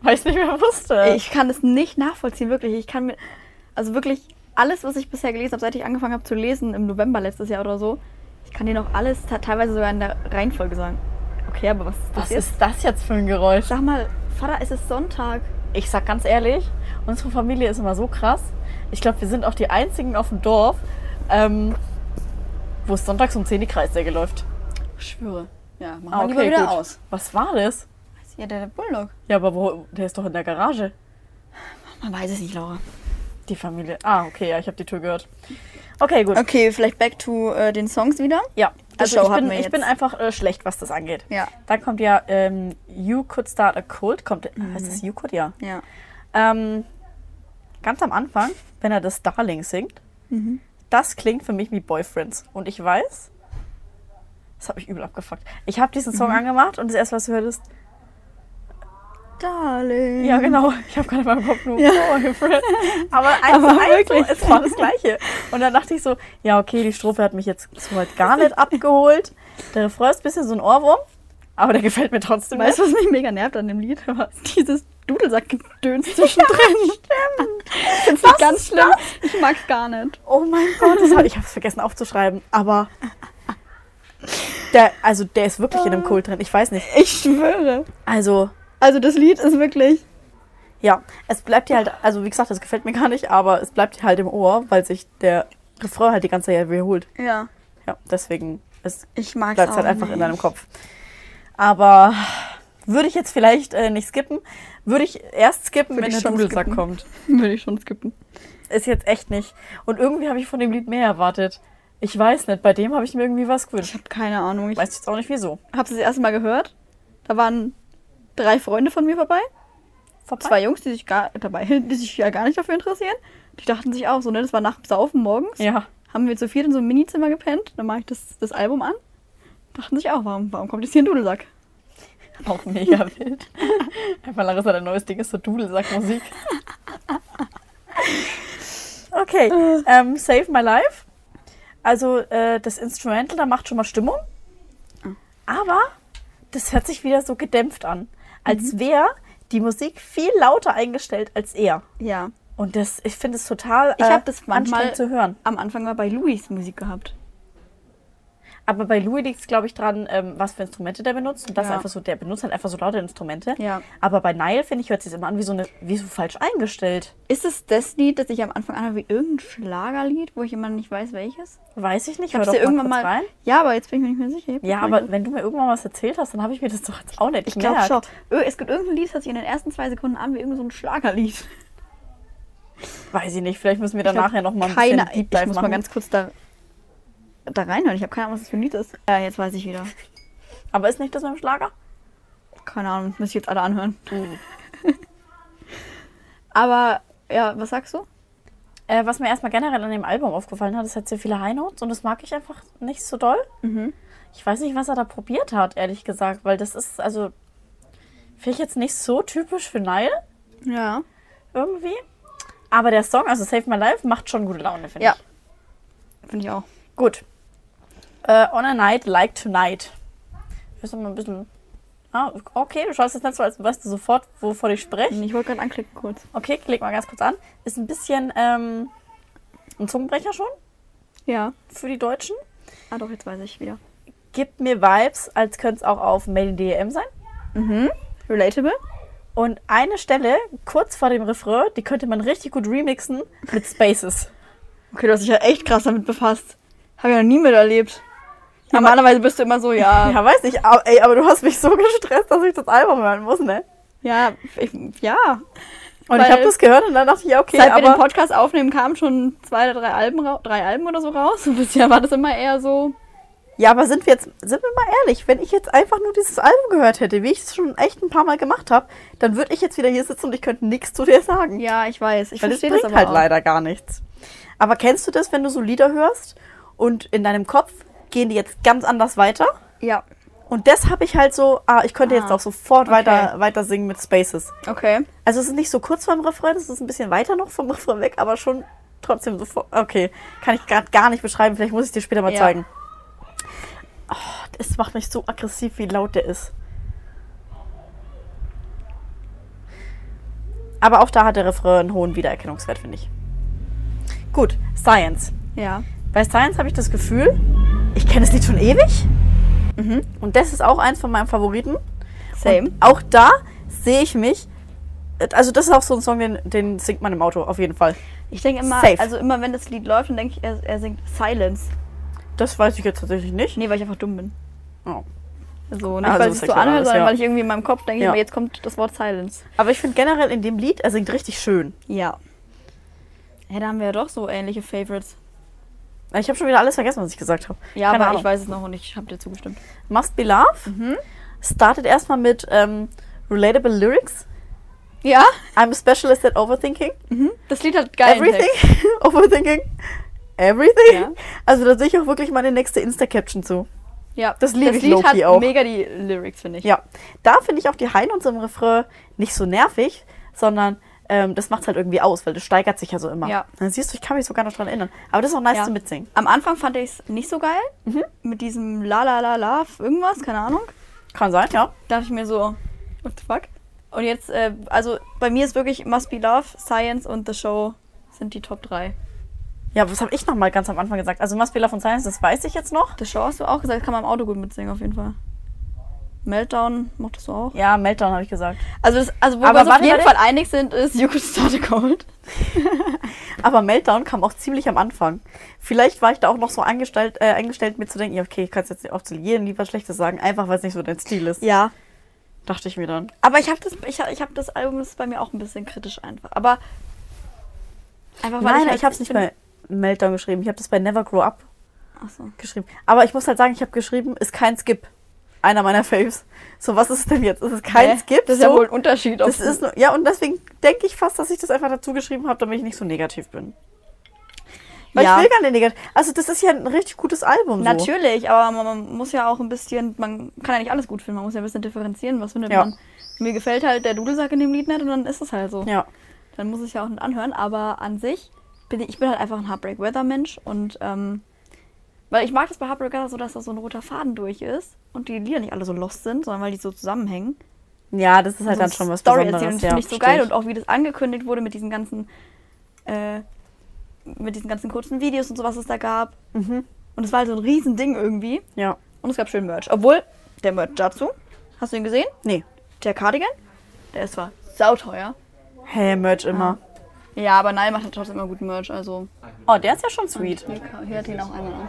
Weil ich es nicht mehr wusste.
Ich kann es nicht nachvollziehen, wirklich. Ich kann mir. Also wirklich, alles, was ich bisher gelesen habe, seit ich angefangen habe zu lesen, im November letztes Jahr oder so, ich kann dir noch alles te- teilweise sogar in der Reihenfolge sagen. Okay, aber was ist das
Was
jetzt?
ist das jetzt für ein Geräusch?
Sag mal, Vater, es ist Sonntag.
Ich sag ganz ehrlich, unsere Familie ist immer so krass. Ich glaube, wir sind auch die einzigen auf dem Dorf, ähm, wo es sonntags um 10 die Kreissäge läuft.
Schwöre. Ja, mach
Ah,
mal lieber wieder
gut.
aus.
Was war das?
Ja, der Bulldog.
Ja, aber wo, der ist doch in der Garage.
Man weiß es nicht, Laura.
Die Familie. Ah, okay, ja, ich habe die Tür gehört. Okay, gut.
Okay, vielleicht back to äh, den Songs wieder.
Ja,
Die
also
Show
ich,
hatten
bin,
wir
ich
jetzt.
bin einfach äh, schlecht, was das angeht.
Ja.
Dann kommt ja ähm, You Could Start a Cult. Kommt,
Mhm.
Heißt das You Could? Ja.
Ja.
Ähm, ganz am Anfang, wenn er das Darling singt,
Mhm.
das klingt für mich wie Boyfriends. Und ich weiß, das hat mich übel abgefuckt. Ich habe diesen
Mhm.
Song angemacht und das erste, was du hörtest,
Darling.
ja genau, ich habe gerade in meinem Kopf nur
Mhm. Ja.
Boyfriend. Aber eins
Aber
zu eins, so,
wirklich.
es war das Gleiche. Und dann dachte ich so, ja okay, die Strophe hat mich jetzt so halt gar nicht abgeholt. Der Refrain ist ein bisschen so ein Ohrwurm, aber der gefällt mir trotzdem.
Weißt du, was mich mega nervt an dem Lied? Dieses Dudelsack-Gedöns zwischendrin. stimmt. Das ist ganz schlimm. Ich mag's gar nicht.
Oh mein Gott, das hat, ich habe es vergessen aufzuschreiben, aber der, also der ist wirklich in einem Kult drin. Ich weiß nicht.
Ich schwöre.
Also
Also das Lied ist wirklich.
ja, es bleibt dir halt, also wie gesagt, das gefällt mir gar nicht, aber es bleibt dir halt im Ohr, weil sich der Refrain halt die ganze Zeit wiederholt.
Ja.
Ja, deswegen es
Ich mag's
bleibt
auch
halt einfach
nicht.
in deinem Kopf. Aber würde ich jetzt vielleicht äh, nicht skippen, würde ich erst skippen,
Würde
wenn
ich
der
schon
Dudelsack
skippen.
kommt.
Würde ich schon skippen.
Ist jetzt echt nicht. Und irgendwie habe ich von dem Lied mehr erwartet. Ich weiß nicht, bei dem habe ich mir irgendwie was
Ich
gewünscht.
habe keine Ahnung. Ich
Weiß jetzt auch nicht wieso.
hab's das erste Mal gehört. Da waren drei Freunde von mir vorbei.
Vorbei.
Zwei Jungs, die sich gar dabei, die sich ja gar nicht dafür interessieren. Die dachten sich auch so, ne? Das war nach dem Saufen morgens.
Ja.
Haben wir zu viert in so einem Minizimmer gepennt. Dann mache ich das, das Album an. Dachten sich auch, warum, warum kommt jetzt hier ein Dudelsack?
Auch mega wild. Einfach Larissa, dein neues Ding ist so Dudelsackmusik. Okay,
Äh.
ähm, Save My Life. Also äh, das Instrumental, da macht schon mal Stimmung.
Ah.
Aber das hört sich wieder so gedämpft an. Als
Mhm.
wäre die Musik viel lauter eingestellt als er.
Ja.
Und das, ich finde es total
Ich
äh,
habe das manchmal
anstrengend zu hören.
am Anfang mal bei Louis Musik gehabt.
Aber bei Louis liegt es, glaube ich, dran, ähm, was für Instrumente der benutzt. Und das
Ja.
einfach so, der benutzt halt einfach so laute Instrumente.
Ja.
Aber bei Nile, finde ich, hört sich immer an wie so, eine, wie so falsch eingestellt.
Ist es das Lied, das ich am Anfang anhöre, wie irgendein Schlagerlied, wo ich immer nicht weiß, welches?
Weiß ich
Ich
nicht.
hab's dir irgendwann mal. Ja, aber jetzt bin ich mir nicht mehr sicher. Ich hab das
Ja,
mal
aber
gehört.
wenn du mir irgendwann was erzählt hast, dann habe ich mir das doch jetzt auch nicht
Ich glaube
gemerkt.
schon. Ö, Es gibt irgendein Lied, das hört sich in den ersten zwei Sekunden an wie irgendein so ein Schlagerlied.
Weiß ich nicht. Vielleicht müssen wir danach ja noch mal ein
keine,
bisschen Deep
Ich
Dive
muss
machen.
mal ganz kurz da, da reinhören. Ich habe keine Ahnung, was das für ein Lied ist. Ja, jetzt weiß ich wieder.
aber ist nicht das mit dem Schlager?
Keine Ahnung, müssen ich jetzt alle anhören. aber, ja, was sagst du?
Äh, was mir erstmal generell an dem Album aufgefallen hat, es hat sehr viele High Notes und das mag ich einfach nicht so doll.
Mhm.
Ich weiß nicht, was er da probiert hat, ehrlich gesagt, weil das ist, also, finde ich jetzt nicht so typisch für Nile.
Ja.
irgendwie. Aber der Song, also Save My Life, macht schon gute Laune, finde
Ja.
ich.
Finde ich auch.
Gut. Äh, on a night like tonight. Das ist immer ein bisschen. Ah, okay, du schaust jetzt nicht so, als weißt du sofort, wovon ich spreche.
Ich wollte gerade anklicken kurz.
Okay, klick mal ganz kurz an. Ist ein bisschen ähm, ein Zungenbrecher schon
Ja.
für die Deutschen.
Ah doch, jetzt weiß ich wieder.
Gibt mir Vibes, als könnte es auch auf Made in DEM sein.
Relatable?
Und eine Stelle, kurz vor dem Refrain, die könnte man richtig gut remixen mit Spaces.
Okay, du hast dich ja echt krass damit befasst. Habe ich noch nie miterlebt. Normalerweise bist du immer so, ja.
Ja, weiß nicht, aber, ey, aber du hast mich so gestresst, dass ich das Album hören muss, ne?
Ja, ich, ja.
Und ich
Weil-
habe das gehört und dann dachte ich, ja, okay,
Seit wir den
aber
Podcast aufnehmen, kamen schon zwei oder drei Alben, rau- drei Alben oder so raus. Und bisher war das immer eher so.
ja, aber sind wir jetzt, sind wir mal ehrlich, wenn ich jetzt einfach nur dieses Album gehört hätte, wie ich es schon echt ein paar Mal gemacht habe, dann würde ich jetzt wieder hier sitzen und ich könnte nichts zu dir sagen.
Ja, ich weiß. Ich
weil das
verstehe
bringt
das aber
halt
auch.
leider gar nichts. Aber kennst du das, wenn du so Lieder hörst und in deinem Kopf gehen die jetzt ganz anders weiter?
Ja,
Und das habe ich halt so, ah, ich könnte jetzt
Ah,
auch sofort
okay.
weiter, weiter singen mit Spaces.
okay.
Also es ist nicht so kurz vom Refrain, es ist ein bisschen weiter noch vom Refrain weg, aber schon trotzdem sofort. Okay, kann ich gerade gar nicht beschreiben, vielleicht muss ich dir später mal
Ja.
zeigen. Es macht mich so aggressiv, wie laut der ist. Aber auch da hat der Refrain einen hohen Wiedererkennungswert, finde ich. Gut, Science.
Ja.
Bei Science habe ich das Gefühl, ich kenne das Lied schon ewig. Mhm. Und das ist auch eins von meinen Favoriten.
Same.
Und auch da sehe ich mich. Also, das ist auch so ein Song, den, den singt man im Auto, auf jeden Fall.
Ich denke immer,
Safe.
also immer wenn das Lied läuft, dann denke ich, er, er singt Silence.
Das weiß ich jetzt tatsächlich nicht.
Nee, weil ich einfach dumm bin.
Oh.
So, nicht
Also
weil es
ist
so
ja klar,
anhört,
alles,
sondern
ja.
weil ich irgendwie in meinem Kopf denke,
Ja.
aber jetzt kommt das Wort Silence.
Aber ich finde generell in dem Lied, er singt richtig schön.
Ja. Ja, da haben wir ja doch so ähnliche Favorites.
Ich habe schon wieder alles vergessen, was ich gesagt habe.
Ja,
Keine
aber
Ahnung.
ich weiß es noch und ich habe dir zugestimmt.
Must Be Love
Mhm.
startet erstmal mit ähm, relatable Lyrics.
Ja?
I'm a specialist at overthinking.
Das Lied hat geil.
everything. overthinking. Everything.
Ja.
Also da sehe ich auch wirklich meine nächste Insta-Caption zu.
Ja,
Das lieb ich
Lied hat
low-key auch.
mega die Lyrics, finde ich.
Ja. Da finde ich auch die High Notes im Refrain nicht so nervig, sondern ähm, das macht halt irgendwie aus, weil das steigert sich ja so immer.
Ja.
Dann siehst du, ich kann mich sogar noch dran erinnern. Aber das ist auch nice
Ja.
zu mitsingen.
Am Anfang fand ich es nicht so geil. Mit diesem La La La La irgendwas, keine Ahnung.
Kann sein, ja.
dachte ich mir so, what the fuck? Und jetzt, äh, also bei mir ist wirklich Must Be Love, Science und The Show sind die Top 3.
Ja, was habe ich nochmal ganz am Anfang gesagt? Also Must Be Love und Science, das weiß ich jetzt noch.
The Show hast du auch gesagt, kann man im Auto gut mitsingen auf jeden Fall. Meltdown mochtest du auch.
Ja, Meltdown habe ich gesagt.
Also, das, also wo
Aber
wir uns auf
warte,
jeden
warte.
Fall einig sind, ist You Could Start a Cold.
Aber Meltdown kam auch ziemlich am Anfang. Vielleicht war ich da auch noch so angestellt, äh, eingestellt, mir zu denken, ja, okay, ich kann jetzt nicht auf zu jedem lieber Schlechtes sagen, einfach weil es nicht so dein Stil ist.
Ja.
Dachte ich mir dann.
Aber ich habe das, ich hab, ich hab das Album das ist bei mir auch ein bisschen kritisch einfach. Aber einfach weil
Nein, ich,
halt-
habe es nicht
bin-
bei Meltdown geschrieben. Ich habe das bei Never Grow Up
Ach so.
geschrieben. Aber ich muss halt sagen, ich habe geschrieben, ist kein Skip. Einer meiner Faves. So, was ist es denn jetzt? Ist es kein
Hä?
Skip?
Das ist
so,
ja wohl ein Unterschied. ob
das
du-
ist nur, ja, und deswegen denke ich fast, dass ich das einfach dazu geschrieben habe, damit ich nicht so negativ bin. Weil
Ja.
ich will gar nicht negativ. Also, das ist ja ein richtig gutes Album. So.
Natürlich, aber man, man muss ja auch ein bisschen, man kann ja nicht alles gut finden, man muss ja ein bisschen differenzieren, was findet
Ja.
man. Mir gefällt halt der Dudelsack in dem Lied nicht und dann ist es halt so.
Ja.
Dann muss ich ja auch nicht anhören, aber an sich bin ich, ich bin halt einfach ein Heartbreak Weather Mensch und ähm, weil ich mag das bei Heartbreak Weather so, dass da so ein roter Faden durch ist und die Lieder nicht alle so lost sind, sondern weil die so zusammenhängen.
Ja, das ist halt dann
So
schon was
Story erzählen,
Besonderes.
das
Ja,
finde ich so
verstehe
geil
ich.
und auch wie das angekündigt wurde mit diesen ganzen äh, mit diesen ganzen kurzen Videos und so, was es da gab.
Mhm.
Und es war halt so ein Riesending irgendwie.
Ja.
Und es gab schön Merch. Obwohl, der Merch dazu, hast du ihn gesehen?
Nee.
Der Cardigan, der ist zwar sauteuer.
Hey, Merch immer.
Ja, aber Nile macht halt trotzdem immer guten Merch, also.
Oh, der ist ja schon sweet.
Hier hat ihn auch einmal an.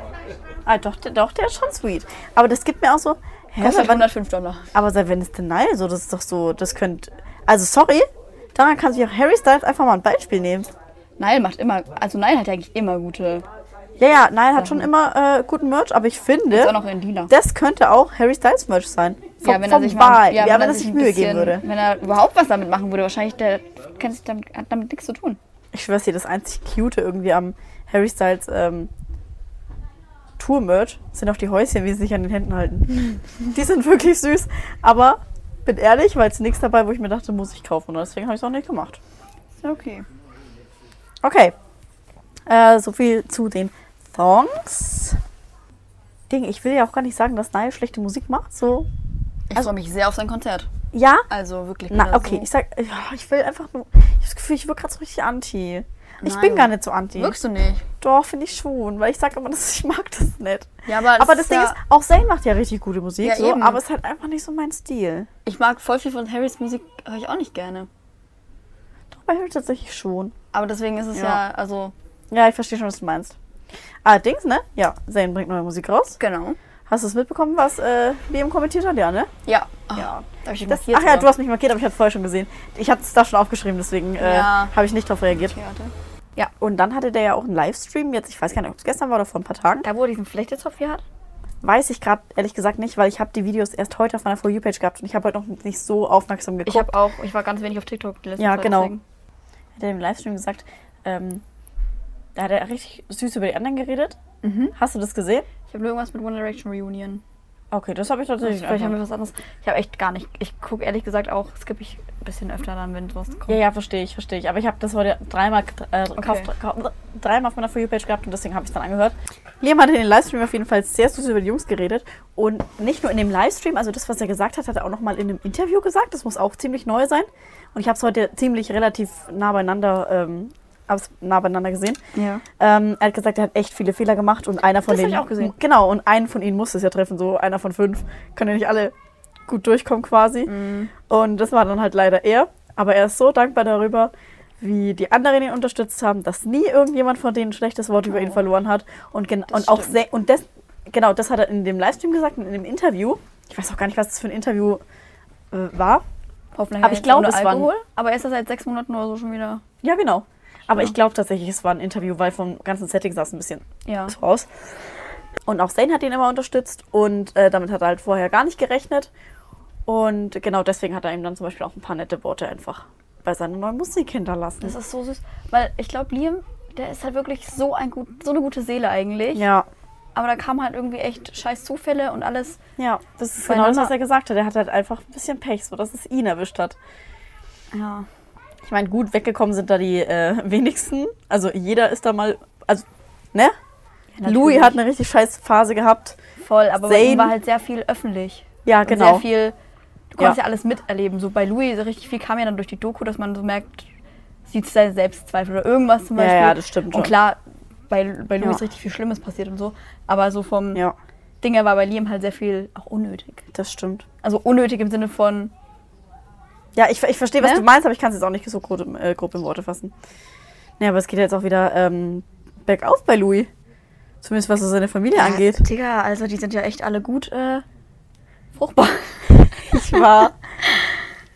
Ah, doch, der- doch, der ist schon sweet. Aber das gibt mir auch so. Hä,
Kostet
aber,
105 Dollar.
aber seit wenn ist denn Nile so? Das ist doch so, das könnt. Also, sorry, daran kann sich auch Harry Styles einfach mal ein Beispiel nehmen.
Nile macht immer, also Nile hat ja eigentlich immer gute.
Ja, ja, Nile hat schon immer äh, guten Merch, aber ich
Ist
finde,
auch noch in lila.
das könnte auch Harry Styles Merch sein. Vom, vom Vibe. ja, wenn er sich
ein
Mühe
bisschen-
geben würde.
Wenn er überhaupt was damit machen würde, wahrscheinlich der kann sich damit, hat damit nichts zu tun.
Ich schwör's dir, das einzig Cute irgendwie am Harry Styles ähm, Tour-Merch sind auch die Häuschen, wie sie sich an den Händen halten. die sind wirklich süß, aber bin ehrlich, war jetzt nichts dabei, wo ich mir dachte, muss ich kaufen. Und deswegen habe ich es auch nicht gemacht.
Ist ja okay.
Okay. Äh, so viel zu den Songs. Ding, ich will ja auch gar nicht sagen, dass Nile schlechte Musik macht. So,
Ich freue mich sehr auf sein Konzert.
ja,
Also wirklich.
Na,
wieder
okay,
so-
ich sag, ja, ich will einfach nur. Ich habe das Gefühl, ich wirke gerade so richtig anti. Ich
Nein.
bin gar nicht so anti.
Wirkst du nicht?
Doch, finde ich schon, weil ich sage immer, dass ich mag das nicht.
Ja, aber das
aber das
ist
Ding
ja-
ist, auch Zayn macht ja richtig gute Musik,
Ja,
so,
eben.
aber es ist halt einfach nicht so mein Stil.
Ich mag voll viel von Harrys Musik, höre ich auch nicht gerne.
Doch, bei Harry tatsächlich schon.
Aber deswegen ist es
Ja.
ja, also.
Ja, ich verstehe schon, was du meinst. Allerdings, ne? Ja, Zayn bringt neue Musik raus.
Genau.
Hast du es mitbekommen, was äh, wir eben kommentiert haben? Ja, ne?
Ja.
Ja.
Darf ich
Das, ach ja, du hast mich markiert, aber ich habe es vorher schon gesehen. Ich hatte es da schon aufgeschrieben, deswegen äh,
Ja.
habe ich nicht darauf reagiert.
Theater.
Und dann hatte der ja auch einen Livestream jetzt, ich weiß gar nicht, ob es gestern war oder vor ein paar Tagen.
Da, wo er diesen Flechtetopf hier hat?
Weiß ich gerade ehrlich gesagt nicht, weil ich habe die Videos erst heute auf meiner For You-Page gehabt und ich habe heute noch nicht so aufmerksam geguckt.
Ich habe auch, ich war ganz wenig auf TikTok die letzte
Ja,
Zeit.
genau.
deswegen.
hat er im Livestream gesagt, ähm, da
Mhm.
hat er richtig süß über die anderen geredet. Hast du das gesehen?
Ich habe nur irgendwas mit One Direction Reunion.
Okay, das habe ich tatsächlich
Vielleicht haben wir
einfach-
was anderes. Ich habe echt gar nicht. Ich gucke ehrlich gesagt auch, skippe ich ein bisschen öfter dann, wenn sowas kommt.
Ja, ja, verstehe ich, verstehe ich. Aber ich habe das heute dreimal, äh, gekauft- gekauft- dreimal auf meiner For You-Page gehabt und deswegen habe ich es dann angehört. Liam hat in den Livestream auf jeden Fall sehr süß über die Jungs geredet. Und nicht nur in dem Livestream, also das, was er gesagt hat, hat er auch nochmal in einem Interview gesagt. Das muss auch ziemlich neu sein. Und ich habe es heute ziemlich relativ nah beieinander, ähm, hab's nah beieinander gesehen.
Ja.
Ähm, er hat gesagt, er hat echt viele Fehler gemacht und einer von
Das hab
denen.
ich auch gesehen.
Genau, und einen von ihnen muss es ja treffen, so einer von fünf. Können ja nicht alle gut durchkommen quasi.
Mhm.
Und das war dann halt leider er. Aber er ist so dankbar darüber, wie die anderen ihn unterstützt haben, dass nie irgendjemand von denen ein schlechtes Wort über ihn verloren hat. Und, gen
Oh. Das
und auch
stimmt.
sehr, und das, genau, das hat er in dem Livestream gesagt und in dem Interview. Ich weiß auch gar nicht, was das für ein Interview äh, war.
Hoffentlich
Aber
hat er
ich glaube,
ohne
es waren-
Alkohol. Aber er ist das seit sechs Monaten oder so schon wieder.
Ja, genau. Aber ich glaube tatsächlich, es war ein Interview, weil vom ganzen Setting sah es ein bisschen
Ja.
ist raus. Und auch Zane hat ihn immer unterstützt und äh, damit hat er halt vorher gar nicht gerechnet. Und genau deswegen hat er ihm dann zum Beispiel auch ein paar nette Worte einfach bei seiner neuen Musik hinterlassen.
Das ist so süß. Weil ich glaube, Liam, der ist halt wirklich so, ein gut, so eine gute Seele eigentlich.
ja,
Aber da kamen halt irgendwie echt scheiß Zufälle und alles.
ja, das ist
Bei
genau das,
Nana-
was er gesagt hat. Er hat halt einfach ein bisschen Pech, so dass es ihn erwischt hat.
Ja.
Ich meine, gut weggekommen sind da die äh, wenigsten. Also jeder ist da mal, also ne? Louis hat eine richtig scheiß Phase gehabt.
Voll, aber bei ihm
Zane-
war halt sehr viel öffentlich.
Ja,
Und
genau.
Sehr viel. Du konntest ja.
Ja.
alles miterleben. So bei Louis so richtig viel kam ja dann durch die Doku, dass man so merkt, sieht seine Selbstzweifel oder irgendwas zum
Ja,
Beispiel.
ja, das stimmt
Und
schon.
klar, bei, bei Louis
Ja.
ist richtig viel Schlimmes passiert und so. Aber so vom
Ja,
Ding her war bei Liam halt sehr viel auch unnötig.
das stimmt.
Also unnötig im Sinne von,
Ja, ich, ich verstehe, was
Ne?
du meinst, aber ich kann es jetzt auch nicht so grob, im- äh, grob in Worte fassen. Naja, aber es geht ja jetzt auch wieder ähm, bergauf bei Louis. Zumindest was so seine Familie angeht.
Digga, also die sind ja echt alle gut äh, fruchtbar.
Ich war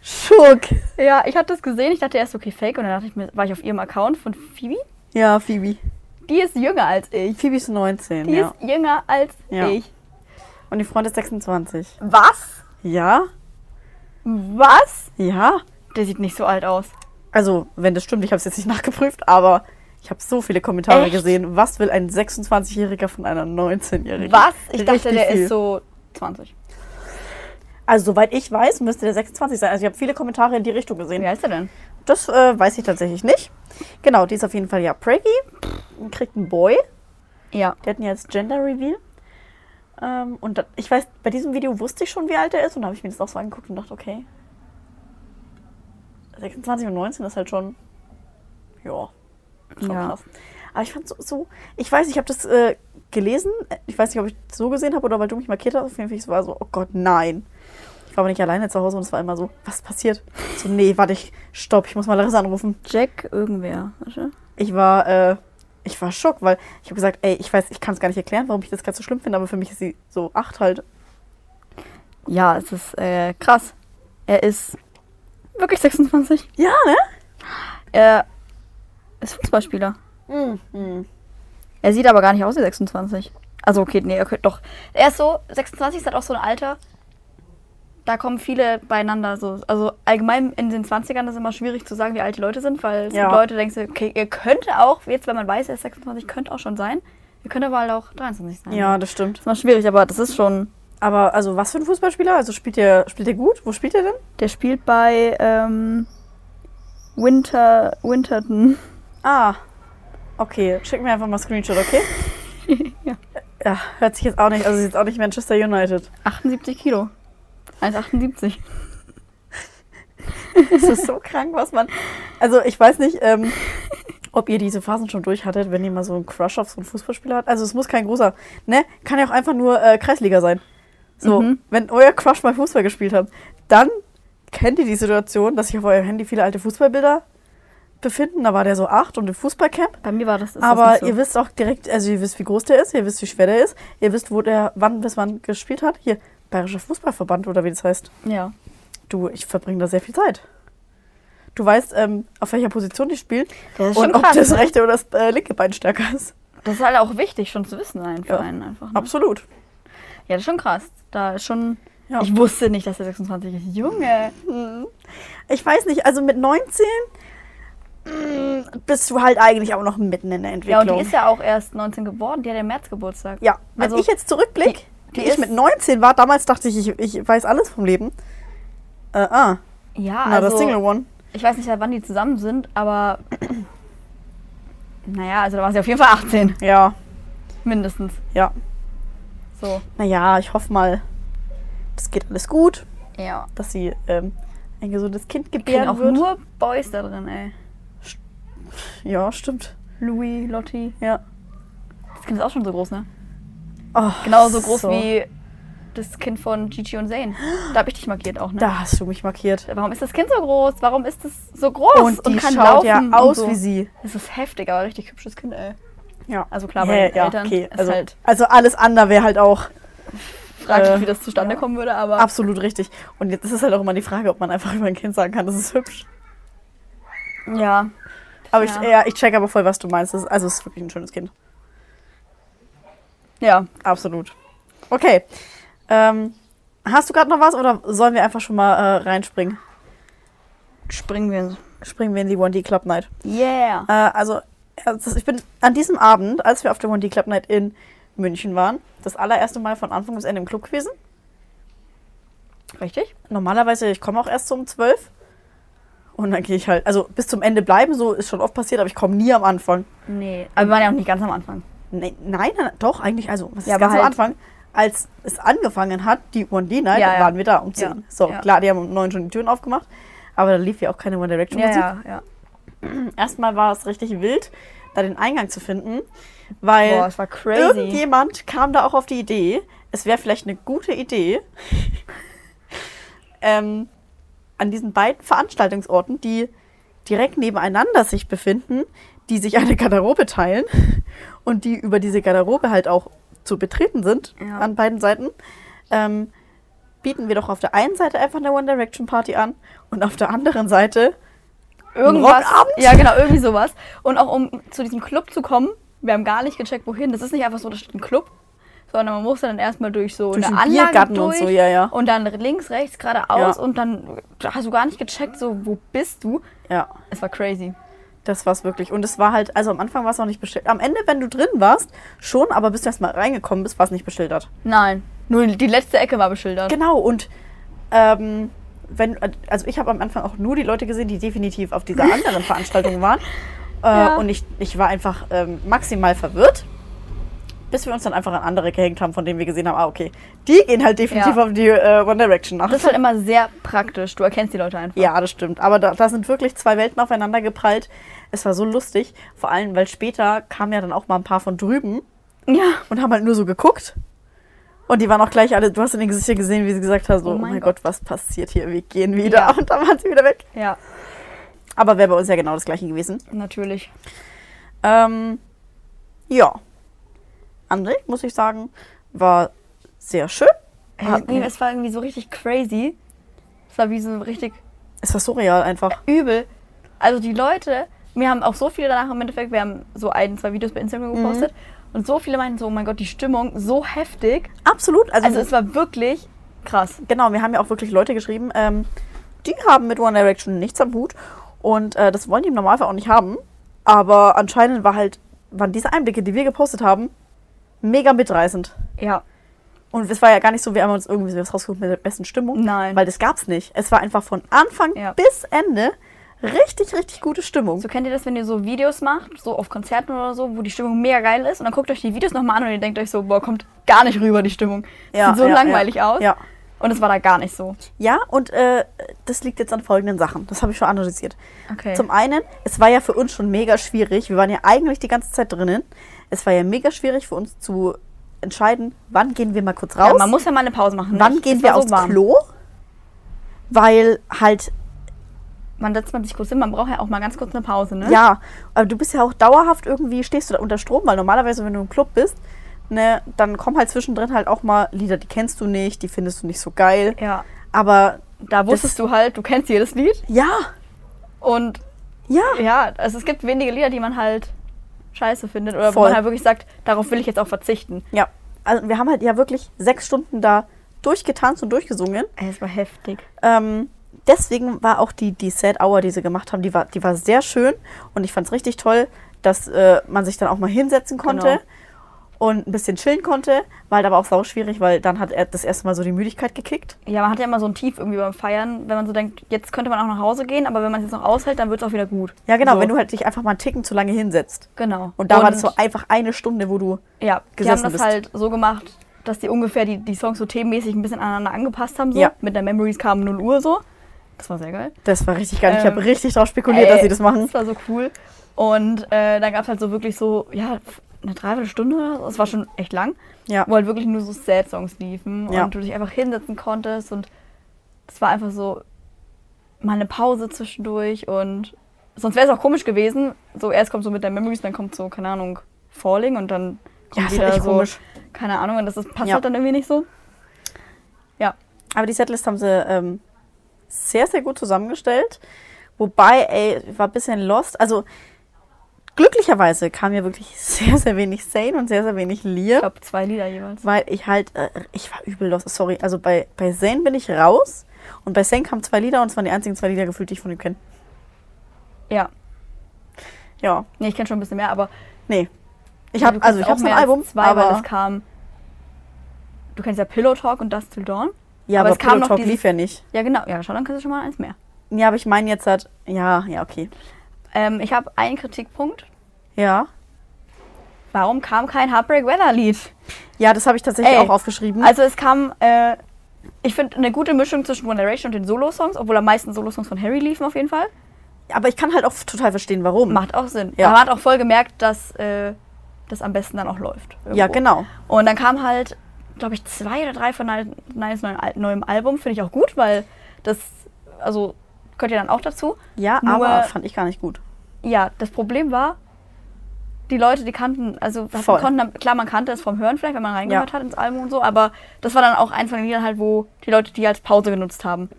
schock.
ja, ich habe das gesehen. Ich dachte erst, okay, fake. Und dann dachte ich mir, war ich auf ihrem Account von Phoebe.
Ja, Phoebe.
Die ist jünger als ich.
Phoebe ist 19,
Die
ja.
ist jünger als
Ja.
ich.
Und die Freundin ist 26.
Was?
Ja,
Was?
ja.
Der sieht nicht so alt aus.
Also, wenn das stimmt, ich habe es jetzt nicht nachgeprüft, aber ich habe so viele Kommentare
Echt?
gesehen. Was will ein 26-Jähriger von einer 19-Jährigen?
Was? Ich dachte,
Richtig
der
viel.
ist so 20.
Also, soweit ich weiß, müsste der 26 sein. Also, ich habe viele Kommentare in die Richtung gesehen.
Wie heißt er denn?
Das äh, weiß ich tatsächlich nicht. Genau, die ist auf jeden Fall ja preggy und kriegt einen Boy.
Ja.
Die hatten ja jetzt Gender Reveal. Ähm, und da, ich weiß, bei diesem Video wusste ich schon, wie alt er ist und da habe ich mir das auch so angeguckt und dachte, okay. 26 und 19 ist halt schon. Ja. Schon
Ja.
krass. Aber ich fand so, so. Ich weiß, ich habe das äh, gelesen. Ich weiß nicht, ob ich das so gesehen habe oder weil du mich markiert hast. Auf jeden Fall, ich war so, oh Gott, nein. Ich war aber nicht alleine zu Hause und es war immer so, was passiert? So, nee, warte, ich, stopp, ich muss mal Larissa anrufen.
Jack irgendwer. Warte.
ich war, äh, ich war schock, weil ich habe gesagt, ey, ich weiß, ich kann es gar nicht erklären, warum ich das ganz so schlimm finde, aber für mich ist sie so acht halt.
Ja, es ist äh, krass. Er ist wirklich 26.
Ja, ne?
Er ist Fußballspieler.
ne?
Er sieht aber gar nicht aus wie 26. Also okay, nee, er könnte doch. Er ist so, 26 ist halt auch so ein Alter. Da kommen viele beieinander so. Also allgemein in den 20ern ist es immer schwierig zu sagen, wie alt die Leute sind, weil es
Ja.
gibt Leute, denkst du, okay, ihr könnt auch, jetzt wenn man weiß, er ist 26, könnte auch schon sein. Ihr könnt aber halt auch 23 sein.
Ja, das stimmt.
Ist mal schwierig, aber das ist schon.
Aber also was für ein Fußballspieler? Also spielt der, spielt der gut? Wo spielt er denn?
Der spielt bei ähm, Winter, Winterton.
Ah. Okay, schick mir einfach mal Screenshot, okay?
Ja.
Ja, hört sich jetzt auch nicht, also ist jetzt auch nicht Manchester United.
78 Kilo. 1,78.
Es ist so krank, was man. Also ich weiß nicht, ähm, ob ihr diese Phasen schon durch hattet, wenn ihr mal so einen Crush auf so einen Fußballspieler hat. Also es muss kein großer, ne? Kann ja auch einfach nur äh, Kreisliga sein. So,
Mhm.
wenn euer Crush mal Fußball gespielt hat, dann kennt ihr die Situation, dass sich auf eurem Handy viele alte Fußballbilder befinden. Da war der so acht und im Fußballcamp.
Bei mir war das. Ist
Aber
das nicht so.
ihr wisst auch direkt, also ihr wisst, wie groß der ist, ihr wisst, wie schwer der ist, ihr wisst, wo der wann bis wann gespielt hat. Hier, Bayerischer Fußballverband oder wie das heißt.
Ja.
Du, ich verbringe da sehr viel Zeit. Du weißt, ähm, auf welcher Position die spielen
Das ist
und
schon
ob
krass,
das
ne?
rechte oder das äh, linke Bein stärker ist.
Das ist halt auch wichtig, schon zu wissen, einen
Ja.
Verein einfach. Ne?
Absolut.
Ja, das ist schon krass. Da ist schon.
Ja.
Ich wusste nicht, dass er 26 ist. Junge!
Ich weiß nicht, also mit 19 mm, bist du halt eigentlich auch noch mitten in der
Ja,
Entwicklung.
und die ist ja auch erst 19 geworden. Die hat ja im März Geburtstag.
Ja, wenn
Also,
ich jetzt zurückblicke,
Die
die ich
ist-
mit 19 war. Damals dachte ich, ich, ich weiß alles vom Leben. Äh, ah,
Ja,
na, das Single
also
One.
ich weiß nicht, seit wann die zusammen sind, aber naja, also da war sie auf jeden Fall 18,
Ja,
mindestens.
ja.
So.
Naja, ich hoffe mal, das geht alles gut,
Ja.
dass sie ähm, ein gesundes Kind
Kriegen
gebären
auch
wird.
nur Boys da drin, ey.
Ja, stimmt.
Louis, Lotti.
Ja.
Das Kind ist auch schon so groß, ne?
Oh,
Genauso groß wie das Kind von Gigi und Zane. Da habe ich dich markiert auch, ne?
Da hast du mich markiert.
Warum ist das Kind so groß? Warum ist es so groß?
Und die
kann
schaut
laufen
ja
und
aus
so.
wie sie.
Es ist heftig, aber richtig hübsches Kind, ey.
Ja.
Also klar, bei den Eltern ist
Also,
halt
also alles andere wäre halt auch
fraglich,
Äh,
wie das zustande kommen würde, aber
absolut richtig. Und jetzt ist halt auch immer die Frage, ob man einfach über ein Kind sagen kann, das ist hübsch.
ja.
Aber
Ja.
ich, ja, ich check aber voll, was du meinst. Das ist, also es ist wirklich ein schönes Kind.
Ja.
Absolut. Okay. Ähm, hast du gerade noch was oder sollen wir einfach schon mal äh, reinspringen?
Springen wir.
Springen wir in die 1D Club Night.
Yeah.
Äh, also, also, ich bin an diesem Abend, als wir auf der 1D Club Night in München waren, das allererste Mal von Anfang bis Ende im Club gewesen.
Richtig?
Normalerweise, ich komme auch erst so um 12. Und dann gehe ich halt, also bis zum Ende bleiben, so ist schon oft passiert, aber ich komme nie am Anfang.
Nee. Aber wir waren ja auch nicht ganz am Anfang.
Nein, nein, nein, doch, eigentlich, also, was
Ja,
ist
aber
ganz am
halt-
Anfang? Als es angefangen hat, die 1D Night,
Ja, ja.
waren wir da um 10.
Ja,
so,
ja.
klar, die haben um 9 schon die Türen aufgemacht, aber da lief ja auch keine One Direction Musik.
ja, ja.
Erstmal war es richtig wild, da den Eingang zu finden, weil
Boah, es war crazy.
Irgendjemand kam da auch auf die Idee, es wäre vielleicht eine gute Idee, ähm, an diesen beiden Veranstaltungsorten, die direkt nebeneinander sich befinden, die sich eine Garderobe teilen und die über diese Garderobe halt auch zu betreten sind
Ja.
an beiden Seiten, ähm, bieten wir doch auf der einen Seite einfach eine One Direction Party an und auf der anderen Seite
Irgendwas.
Rockabend?
Ja, genau, irgendwie sowas. Und auch um zu diesem Club zu kommen, wir haben gar nicht gecheckt, wohin. Das ist nicht einfach so, da steht ein Club, sondern man muss dann erstmal durch so
Durch
eine
den
Anlage
Biergarten und
durch
so, ja, ja.
und dann links, rechts, geradeaus
Ja.
und dann hast du gar nicht gecheckt, so wo bist du.
ja,
Es war crazy.
Das war's wirklich. Und es war halt, also am Anfang war es noch nicht bestellt. Am Ende, wenn du drin warst, schon, aber bis du erstmal reingekommen bist, war es nicht beschildert.
Nein. Nur die letzte Ecke war beschildert.
Genau, und ähm, wenn, also ich habe am Anfang auch nur die Leute gesehen, die definitiv auf dieser anderen Veranstaltung waren. Äh,
Ja.
Und ich, ich war einfach ähm, maximal verwirrt, bis wir uns dann einfach an andere gehängt haben, von denen wir gesehen haben, ah, okay, die gehen halt definitiv
Ja.
auf die äh, One Direction nach.
Das ist halt immer sehr praktisch. Du erkennst die Leute einfach.
Ja, das stimmt. Aber da, da sind wirklich zwei Welten aufeinander geprallt. Es war so lustig. Vor allem, weil später kamen ja dann auch mal ein paar von drüben
Ja.
und haben halt nur so geguckt. Und die waren auch gleich alle, du hast in den Gesichtern gesehen, wie sie gesagt haben, so, oh mein, Gott. was passiert hier? Wir gehen wieder.
Ja.
Und dann waren sie wieder weg.
Ja,
Aber wäre bei uns ja genau das gleiche gewesen.
natürlich.
Ähm, ja. André, muss ich sagen, war sehr schön. Hat
nee,
mir-
es war irgendwie so richtig crazy. Es war wie so richtig
Es war surreal einfach.
übel. Also die Leute, mir haben auch so viele danach im Endeffekt, wir haben so ein, zwei Videos bei Instagram gepostet und so viele meinten so, oh mein Gott, die Stimmung so heftig.
Absolut. Also,
Also es war wirklich krass.
genau, wir haben ja auch wirklich Leute geschrieben, ähm, die haben mit One Direction nichts am Hut und äh, das wollen die im Normalfall auch nicht haben. Aber anscheinend war halt, waren diese Einblicke, die wir gepostet haben, mega mitreißend.
Ja.
Und es war ja gar nicht so, wir haben uns irgendwie was rausgeholt mit der besten Stimmung.
Nein.
Weil das gab's nicht. Es war einfach von Anfang
Ja.
bis Ende richtig, richtig gute Stimmung.
So kennt ihr das, wenn ihr so Videos macht, so auf Konzerten oder so, wo die Stimmung mega geil ist und dann guckt euch die Videos nochmal an und ihr denkt euch so, boah, kommt gar nicht rüber die Stimmung. Das
Ja,
sieht so
ja,
langweilig
ja.
aus.
Ja.
Und es war da gar nicht so.
Ja, und äh, das liegt jetzt an folgenden Sachen. Das habe ich schon analysiert.
Okay.
Zum einen, es war ja für uns schon mega schwierig. Wir waren ja eigentlich die ganze Zeit drinnen. Es war ja mega schwierig für uns zu entscheiden, wann gehen wir mal kurz raus.
ja, man muss ja mal eine Pause machen.
wann
nicht?
gehen
Es war
wir aufs
so warm.
Klo? Weil halt,
Man setzt man sich kurz hin, man braucht ja auch mal ganz kurz eine Pause, ne?
ja, aber du bist ja auch dauerhaft irgendwie, stehst du da unter Strom, weil normalerweise, wenn du im Club bist, ne, dann kommen halt zwischendrin halt auch mal Lieder, die kennst du nicht, die findest du nicht so geil.
Ja.
Aber
Da wusstest du halt, du kennst jedes Lied
ja,
und
ja,
ja, also es gibt wenige Lieder, die man halt scheiße findet oder wo
Voll.
man halt wirklich sagt, darauf will ich jetzt auch verzichten.
ja. Also wir haben halt ja wirklich sechs Stunden da durchgetanzt und durchgesungen.
Es war heftig.
Ähm, deswegen war auch die, die Sad Hour, die sie gemacht haben, die war, die war sehr schön und ich fand es richtig toll, dass äh, man sich dann auch mal hinsetzen konnte.
Genau.
und ein bisschen chillen konnte. War halt aber auch sau schwierig, weil dann hat er das erste Mal so die Müdigkeit gekickt.
Ja, man hat ja immer so ein Tief irgendwie beim Feiern, wenn man so denkt, jetzt könnte man auch nach Hause gehen, aber wenn man es jetzt noch aushält, dann wird es auch wieder gut.
Ja, genau,
so.
wenn du halt dich einfach mal einen Ticken zu lange hinsetzt.
Genau.
Und da war das so einfach eine Stunde, wo du.
Ja, die haben
gesessen
das
bist.
halt so gemacht, dass die ungefähr die, die Songs so themenmäßig ein bisschen aneinander angepasst haben. So.
Ja.
Mit der Memories kamen 0 Uhr so. Das war sehr geil.
Das war richtig geil. ich
Ähm,
habe richtig drauf spekuliert, dass
Ey,
sie das machen.
Das war so cool. Und äh, dann gab es halt so wirklich so, ja, eine Dreiviertelstunde oder so. Das war schon echt lang.
Ja.
Wo halt wirklich nur so Sad-Songs liefen
Ah. Ja.
und du dich einfach hinsetzen konntest. Und das war einfach so mal eine Pause zwischendurch. Und sonst wäre es auch komisch gewesen. So erst kommt so mit der Memories, dann kommt so, keine Ahnung, Falling und dann
Ja,
kommt
ist halt
wieder
echt
so,
komisch.
keine Ahnung. Und das ist, passt
Ja.
halt dann irgendwie nicht so. Ja.
Aber die Setlist haben sie ähm, sehr, sehr gut zusammengestellt. Wobei, ey, ich war ein bisschen lost. Also, glücklicherweise kam mir wirklich sehr, sehr wenig Sane und sehr, sehr wenig
Ich
Lear.
glaube, zwei Lieder jeweils.
Weil ich halt, äh, ich war übel lost, sorry. Also bei, bei Zane bin ich raus und bei Zane kamen zwei Lieder und es waren die einzigen zwei Lieder gefühlt, die ich von ihm kenne.
Ja.
Ja,
Nee, ich kenne schon ein bisschen mehr, aber
nee. Ich
Ja,
habe
du
also ich
kennst auch
habe so ein
mehr als
Album,
zwei,
aber
weil es kam. Du kennst ja Pillow Talk und Dust Till Dawn.
ja,
aber
aber
es kam
Pillow
noch
Talk
dieses-
lief ja nicht.
Ja, genau. Ja, schau, dann kannst du schon mal eins mehr.
Ja, aber ich meine jetzt hat ja, ja, okay.
Ähm, ich habe einen Kritikpunkt.
Ja.
Warum kam kein Heartbreak Weather Lied?
Ja, das habe ich tatsächlich
Ey,
auch aufgeschrieben.
Also es kam, äh, ich finde, eine gute Mischung zwischen One Direction und den Solo-Songs, obwohl am meisten Solo-Songs von Harry liefen auf jeden Fall.
aber ich kann halt auch total verstehen, warum.
Macht auch Sinn.
Ja.
Aber man hat auch voll gemerkt, dass äh, das am besten dann auch läuft.
Ja,
irgendwo.
genau.
Und dann kam halt, glaube ich, zwei oder drei von Niles neuem, Al- neuem Album. Finde ich auch gut, weil das, also könnt ihr dann auch dazu.
Ja,
Nur-
aber fand ich gar nicht gut.
Ja, das Problem war, die Leute, die kannten, also hatten-
Voll.
konnten, klar, man kannte es vom Hören vielleicht, wenn man reingehört
Ja.
hat ins Album und so, aber das war dann auch eins von den Liedern halt, wo die Leute die als Pause genutzt haben.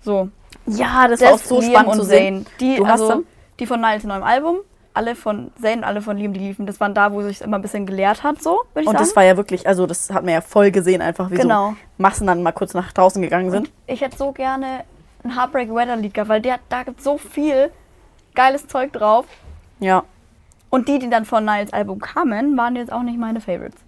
So.
Ja, das,
Das Liam und Zayn. Die,
Du hast
also,
dann-
die von Niles neuem Album, alle von Zane und alle von Liam, die liefen, das waren da, wo sich immer ein bisschen gelehrt hat, so, würde ich
Und
sagen.
das war ja wirklich, also das hat man ja voll gesehen, einfach wie
Genau.
so Massen dann mal kurz nach draußen gegangen sind.
ich hätte so gerne ein Heartbreak Weather Lied gehabt, weil der, da gibt so viel geiles Zeug drauf.
Ja.
Und die, die dann von Niles Album kamen, waren jetzt auch nicht meine Favorites.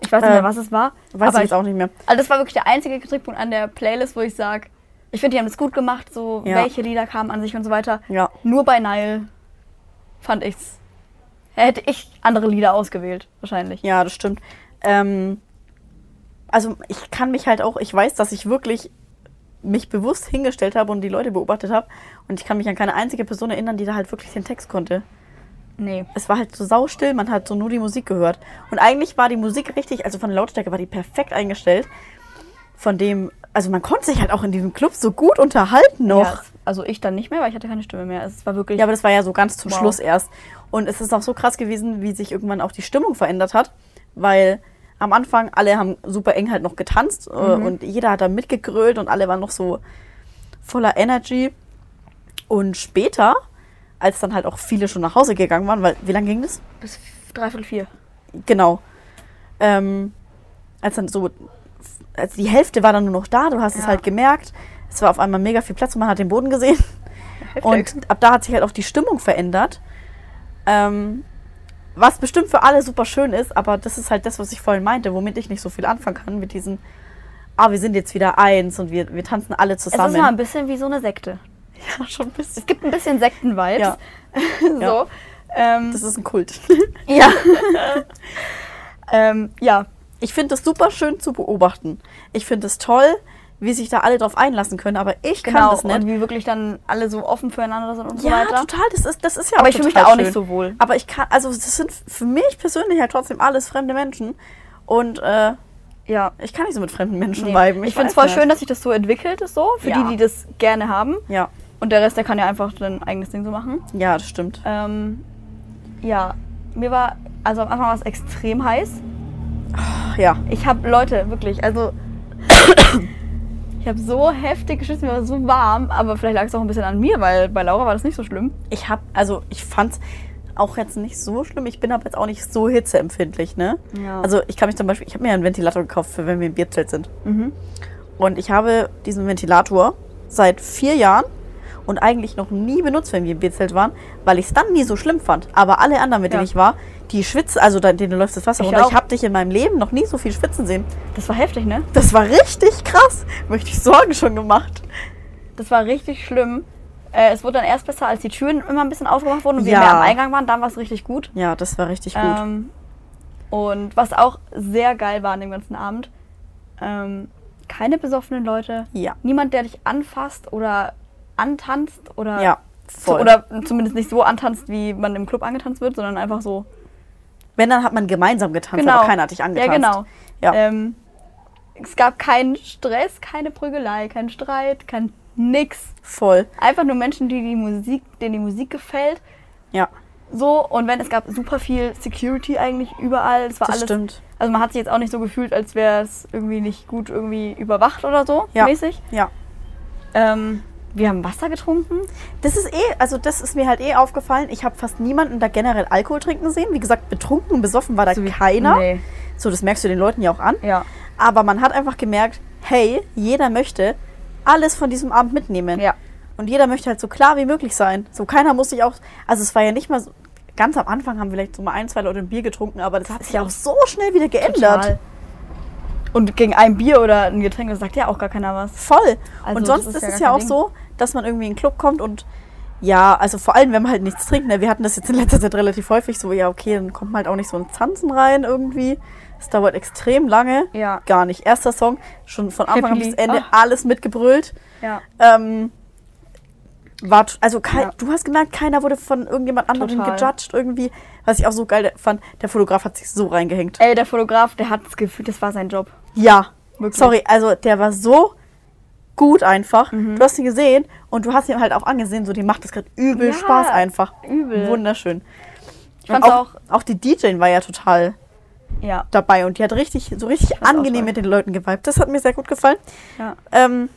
Ich weiß nicht
Äh,
mehr, was es war.
Weiß
aber
ich jetzt auch nicht mehr.
Also das war wirklich der einzige Kritikpunkt an der Playlist, wo ich sage, ich finde, die haben das gut gemacht, so
Ja.
welche Lieder kamen an sich und so weiter.
Ja.
Nur bei Nile fand ich's. Hätte ich andere Lieder ausgewählt, wahrscheinlich.
Ja, das stimmt. Ähm, also ich kann mich halt auch, ich weiß, dass ich wirklich mich bewusst hingestellt habe und die Leute beobachtet habe und ich kann mich an keine einzige Person erinnern, die da halt wirklich den Text konnte.
Nee.
Es war halt so saustill, man hat so nur die Musik gehört. Und eigentlich war die Musik richtig, also von der Lautstärke war die perfekt eingestellt. Von dem, also man konnte sich halt auch in diesem Club so gut unterhalten noch.
Ja, also ich dann nicht mehr, weil ich hatte keine Stimme mehr. Es war wirklich.
Ja, aber das war ja so ganz zum
Wow.
Schluss erst. Und es ist auch so krass gewesen, wie sich irgendwann auch die Stimmung verändert hat, weil am Anfang alle haben super eng halt noch getanzt äh,
Mhm.
und jeder hat da mitgegrölt und alle waren noch so voller Energy. Und später, als dann halt auch viele schon nach Hause gegangen waren, weil wie lange ging das?
bis f- dreiviertel vier.
Genau. Ähm, als dann so, als die Hälfte war dann nur noch da, du hast es
Ja.
halt gemerkt. Es war auf einmal mega viel Platz und man hat den Boden gesehen.
Heftig.
Und ab da hat sich halt auch die Stimmung verändert. Ähm, was bestimmt für alle super schön ist, aber das ist halt das, was ich vorhin meinte, womit ich nicht so viel anfangen kann mit diesem, ah, wir sind jetzt wieder eins und wir, wir tanzen alle
Es ist mal ein
zusammen.
bisschen wie so eine Sekte.
ja, schon ein bisschen.
Es gibt ein bisschen Sekten-Vibes.
Ja.
so.
Ja.
Ähm,
Das ist ein Kult.
ja. ähm, ja.
Ich finde das super schön zu beobachten. Ich finde es toll, wie sich da alle drauf einlassen können, aber ich kann
Genau.
das
Und
nicht.
wie wirklich dann alle so offen füreinander sind und so
Ja,
weiter.
total, das ist, das ist ja
Aber
auch
ich fühle mich
total
da auch
schön.
nicht so wohl.
Aber ich kann, also das sind für mich persönlich halt trotzdem alles fremde Menschen. Und äh,
Ja.
ich kann nicht so mit fremden Menschen
Nee.
viben.
Ich, finde es
weiß
voll
nicht.
schön, dass sich das so entwickelt ist, so. Für
Ja.
die, die das gerne haben.
Ja,
Und der Rest, der kann ja einfach sein eigenes Ding so machen.
ja, das stimmt.
Ähm, ja. Mir war, also am Anfang war es extrem heiß.
Ach, ja,
Ich habe Leute wirklich, also ich habe so heftig geschissen, mir war so warm, aber vielleicht lag es auch ein bisschen an mir, weil bei Laura war das nicht so schlimm.
ich hab, also ich fand's auch jetzt nicht so schlimm. Ich bin aber jetzt auch nicht so hitzeempfindlich, ne?
Ja.
Also ich kann mich zum Beispiel, ich habe mir ja einen Ventilator gekauft, für wenn wir im Bierzelt sind.
Mhm.
Und ich habe diesen Ventilator seit vier Jahren und eigentlich noch nie benutzt, wenn wir im B-Zelt waren, weil ich es dann nie so schlimm fand. Aber alle anderen, mit denen
Ja.
ich war, die schwitzen, also da- denen läuft das Wasser
Ich
runter.
auch.
Ich habe dich in meinem Leben noch nie so viel schwitzen sehen.
Das war heftig, ne?
Das war richtig krass. Möchte ich Sorgen schon gemacht.
Das war richtig schlimm. Äh, es wurde dann erst besser, als die Türen immer ein bisschen aufgemacht wurden und wir
Ja.
mehr am Eingang waren. Dann war es richtig gut.
Ja, das war richtig gut.
Ähm, und was auch sehr geil war an dem ganzen Abend, ähm, keine besoffenen Leute.
Ja.
Niemand, der dich anfasst oder antanzt oder
ja,
zu,
voll.
oder zumindest nicht so antanzt, wie man im Club angetanzt wird, sondern einfach so. Genau.
Wenn, dann hat man gemeinsam getanzt, aber keiner hat dich angetanzt.
Ja, genau.
Ja.
Ähm, es gab keinen Stress, keine Prügelei, keinen Streit, kein nix.
Voll.
Einfach nur Menschen, die die Musik, denen die Musik gefällt.
Ja,
So, und wenn es gab super viel Security eigentlich überall. Es war
das
alles.
stimmt.
Also man hat sich jetzt auch nicht so gefühlt, als wäre es irgendwie nicht gut irgendwie überwacht oder so
Ja.
mäßig.
Ja.
Ähm, wir haben Wasser getrunken.
Das ist eh, also das ist mir halt eh aufgefallen. Ich habe fast niemanden da generell Alkohol trinken sehen. Wie gesagt, betrunken und besoffen war da keiner.
Nee.
So, das merkst du den Leuten ja auch an.
Ja.
Aber man hat einfach gemerkt, hey, jeder möchte alles von diesem Abend mitnehmen.
Ja.
Und jeder möchte halt so klar wie möglich sein. So keiner muss sich auch, also es war ja nicht mal so, ganz am Anfang haben vielleicht so mal ein, zwei Leute ein Bier getrunken, aber das hat sich ja auch so schnell wieder geändert.
Total. Und gegen ein Bier oder ein Getränk, das sagt ja auch gar keiner was.
Voll.
Also
und
das
sonst
ist
ist
ja
es
gar
ja
kein
auch
Ding.
so, dass man irgendwie in den Club kommt und ja, also vor allem, wenn man halt nichts trinkt. Ne? Wir hatten das jetzt in letzter Zeit relativ häufig so, ja, okay, dann kommt man halt auch nicht so in Zanzen rein irgendwie. Es dauert extrem lange.
Ja.
Gar nicht. Erster Song, schon von Anfang
Happily.
bis Ende
Ah.
alles mitgebrüllt.
Ja.
Ähm, war, t- also kei-
Ja.
du hast gemerkt, keiner wurde von irgendjemand anderem
Total.
gejudged irgendwie. Was ich auch so geil fand, der Fotograf hat sich so reingehängt.
Ey, der Fotograf, der hat das Gefühl, das war sein Job.
Ja,
Wirklich.
sorry, also der war so gut einfach.
Mhm.
Du hast ihn gesehen und du hast ihn halt auch angesehen, so die macht das gerade übel
Ja,
Spaß einfach.
übel.
Wunderschön.
Ich
Und
fand's auch,
auch, auch die DJin war ja total
ja.
dabei und die hat richtig, so richtig
fand's auch
angenehm
toll.
mit den Leuten geweibt. Das hat mir sehr gut gefallen.
Ja.
Ähm,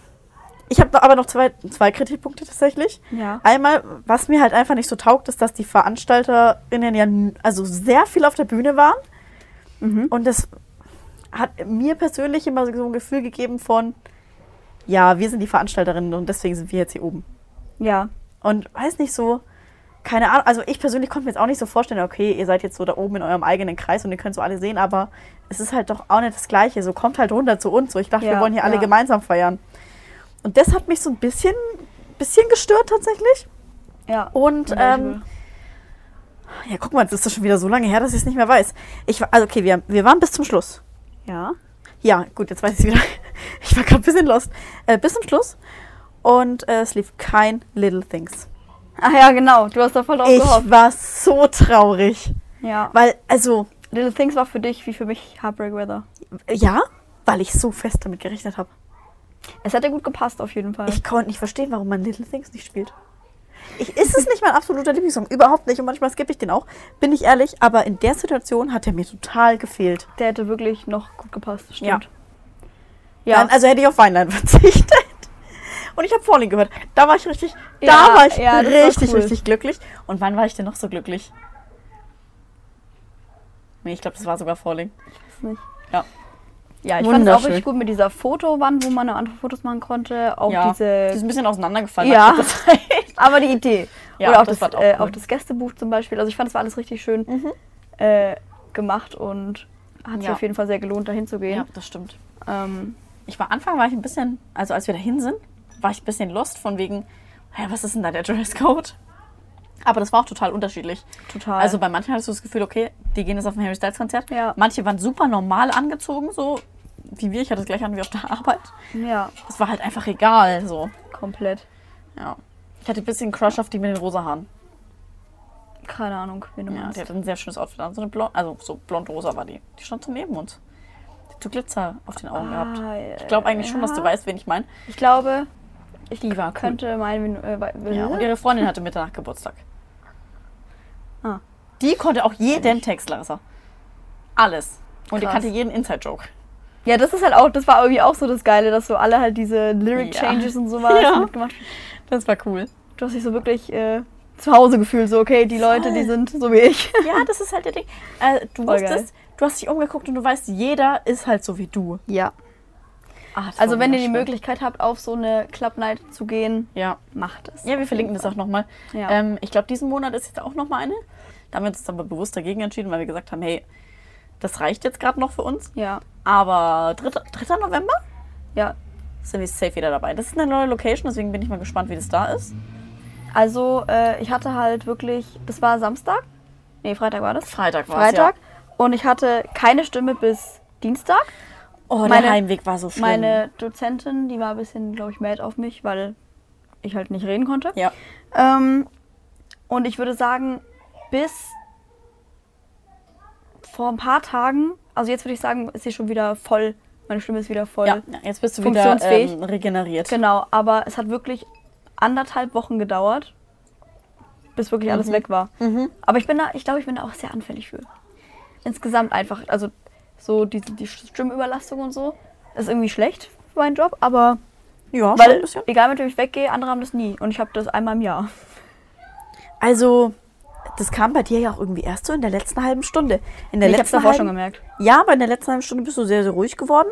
ich habe aber noch zwei, zwei Kritikpunkte tatsächlich.
Ja.
Einmal, was mir halt einfach nicht so taugt, ist, dass die VeranstalterInnen ja n- also sehr viel auf der Bühne waren.
Mhm.
Und das hat mir persönlich immer so ein Gefühl gegeben von, ja, wir sind die Veranstalterinnen und deswegen sind wir jetzt hier oben.
Ja.
Und weiß nicht so, keine Ahnung, also ich persönlich konnte mir jetzt auch nicht so vorstellen, okay, ihr seid jetzt so da oben in eurem eigenen Kreis und ihr könnt so alle sehen, aber es ist halt doch auch nicht das Gleiche. So kommt halt runter zu uns. So, ich dachte, wir
Ja,
wollen hier alle
ja.
gemeinsam feiern. Und das hat mich so ein bisschen, bisschen gestört tatsächlich.
Ja.
Und ähm,
Relatable.
ja, guck mal, das ist doch schon wieder so lange her, dass ich es nicht mehr weiß. Ich, war- also okay, wir, wir waren bis zum Schluss.
ja.
Ja, gut, jetzt weiß ich wieder. Ich war gerade ein bisschen lost. Äh, bis zum Schluss. Und äh, es lief kein Little Things.
Ach ja, genau. Du hast da voll drauf
ich
gehofft.
war so traurig.
Ja.
Weil, also,
Little Things war für dich wie für mich Heartbreak Weather.
ja, weil ich so fest damit gerechnet habe.
Es hätte gut gepasst auf jeden Fall.
Ich konnte nicht verstehen, warum man Little Things nicht spielt. Ich, ist es nicht mein absoluter Lieblingssong? Überhaupt nicht. Und manchmal skippe ich den auch. Bin ich ehrlich. Aber in der Situation hat er mir total gefehlt.
der hätte wirklich noch gut gepasst.
Ja.
Stimmt. Ja.
Dann, also hätte ich auf Weinlein verzichtet. Und ich habe Falling gehört. Da war ich richtig, da
Ja,
war ich
ja, das war
richtig,
cool.
richtig glücklich. Und wann war ich denn noch so glücklich? Nee, ich glaube, das war sogar Falling.
Weiß nicht.
Ja.
Ja, ich fand es auch
Wunderschön.
richtig gut mit dieser Fotowand, wo man noch andere Fotos machen konnte. Auch
ja. die ist
diese.
ein bisschen auseinandergefallen.
Ja.
als ich das heißt.
Aber die Idee.
Ja,
Oder auch
das
das,
war auch
äh,
cool. Mhm.
auch das Gästebuch zum Beispiel. Also ich fand, es war alles richtig schön äh, gemacht und hat sich
Ja.
auf jeden Fall sehr gelohnt, dahin zu
ja,
gehen.
das stimmt.
Ähm,
Ich war, Anfang war ich ein bisschen, also als wir dahin sind, war ich ein bisschen lost von wegen, hä, was ist denn da der Dresscode? Aber das war auch total unterschiedlich.
total.
Also bei manchen hattest du das Gefühl, okay, die gehen jetzt auf ein Harry Styles Konzert.
Ja.
Manche waren super normal angezogen, so wie wir. Ich hatte das gleich an wie auf der Arbeit.
ja,
Es war halt einfach egal, so.
komplett.
Ja. Ich hatte ein bisschen Crush auf die mit den rosa Haaren.
Keine Ahnung, wen du
Ja, die
meinst.
hatte ein sehr schönes Outfit an. So eine blond, also so blond-rosa war die. Die stand so neben uns. Die hat so Glitzer auf den Augen gehabt.
Ah,
Ich glaube eigentlich schon, dass du
ja.
weißt, wen ich meine.
Ich glaube, ich
Die war cool.
könnte meinen, wen- äh, we-
Ja, und ihre Freundin hatte Mitternacht Geburtstag.
Ah.
Die konnte auch jeden Text, Larissa. Alles. Und die
Krass.
kannte jeden Inside-Joke.
Ja, das ist halt auch, das war irgendwie auch so das Geile, dass so alle halt diese Lyric
Ja.
Changes und sowas
Ja.
mitgemacht haben.
Das war cool.
Du hast dich so wirklich äh, zu Hause gefühlt, so okay, die Leute, die sind so wie ich.
Ja, das ist halt der Ding. Äh, du
Voll
wusstest, du hast dich umgeguckt und du weißt, jeder ist halt so wie du.
Ja.
Ah, das war
Also wenn ihr die
wunderschön.
Möglichkeit habt, auf so eine Club Night zu gehen,
Ja.
macht es.
Ja, wir verlinken das auch nochmal.
Ja.
Ähm, ich glaube, diesen Monat ist jetzt auch nochmal eine. Da haben wir uns jetzt aber bewusst dagegen entschieden, weil wir gesagt haben, hey, das reicht jetzt gerade noch für uns.
Ja,
Aber 3. 3. November
ja.
sind wir safe wieder dabei. Das ist eine neue Location, deswegen bin ich mal gespannt, wie das da ist.
Also äh, ich hatte halt wirklich, das war Samstag, nee Freitag war das.
Freitag war
Freitag. Und ich hatte keine Stimme bis Dienstag.
Ja. Oh,
Meine-
der Heimweg war so schlimm.
Meine Dozentin, die war ein bisschen, glaube ich, mad auf mich, weil ich halt nicht reden konnte.
ja.
Ähm, und ich würde sagen, bis vor ein paar Tagen, also jetzt würde ich sagen, ist sie schon wieder voll, meine Stimme ist wieder voll.
ja, jetzt bist du wieder
Äh, Funktionsfähig.
ähm, regeneriert.
Genau, aber es hat wirklich anderthalb Wochen gedauert, bis wirklich
Mhm.
alles weg war. Aber ich bin da, ich glaube, ich bin da auch sehr anfällig für. Insgesamt einfach, also so die, die Stimmüberlastung und so, ist irgendwie schlecht für meinen Job, aber
Ja, schon ein
weil,
bisschen.
egal mit wem ich weggehe, andere haben das nie und ich habe das einmal im Jahr.
Also, das kam bei dir ja auch irgendwie erst so in der letzten halben Stunde. In der
ich habe es
letzten
davor schon
halben-
gemerkt.
Ja, aber in der letzten halben Stunde bist du sehr, sehr ruhig geworden.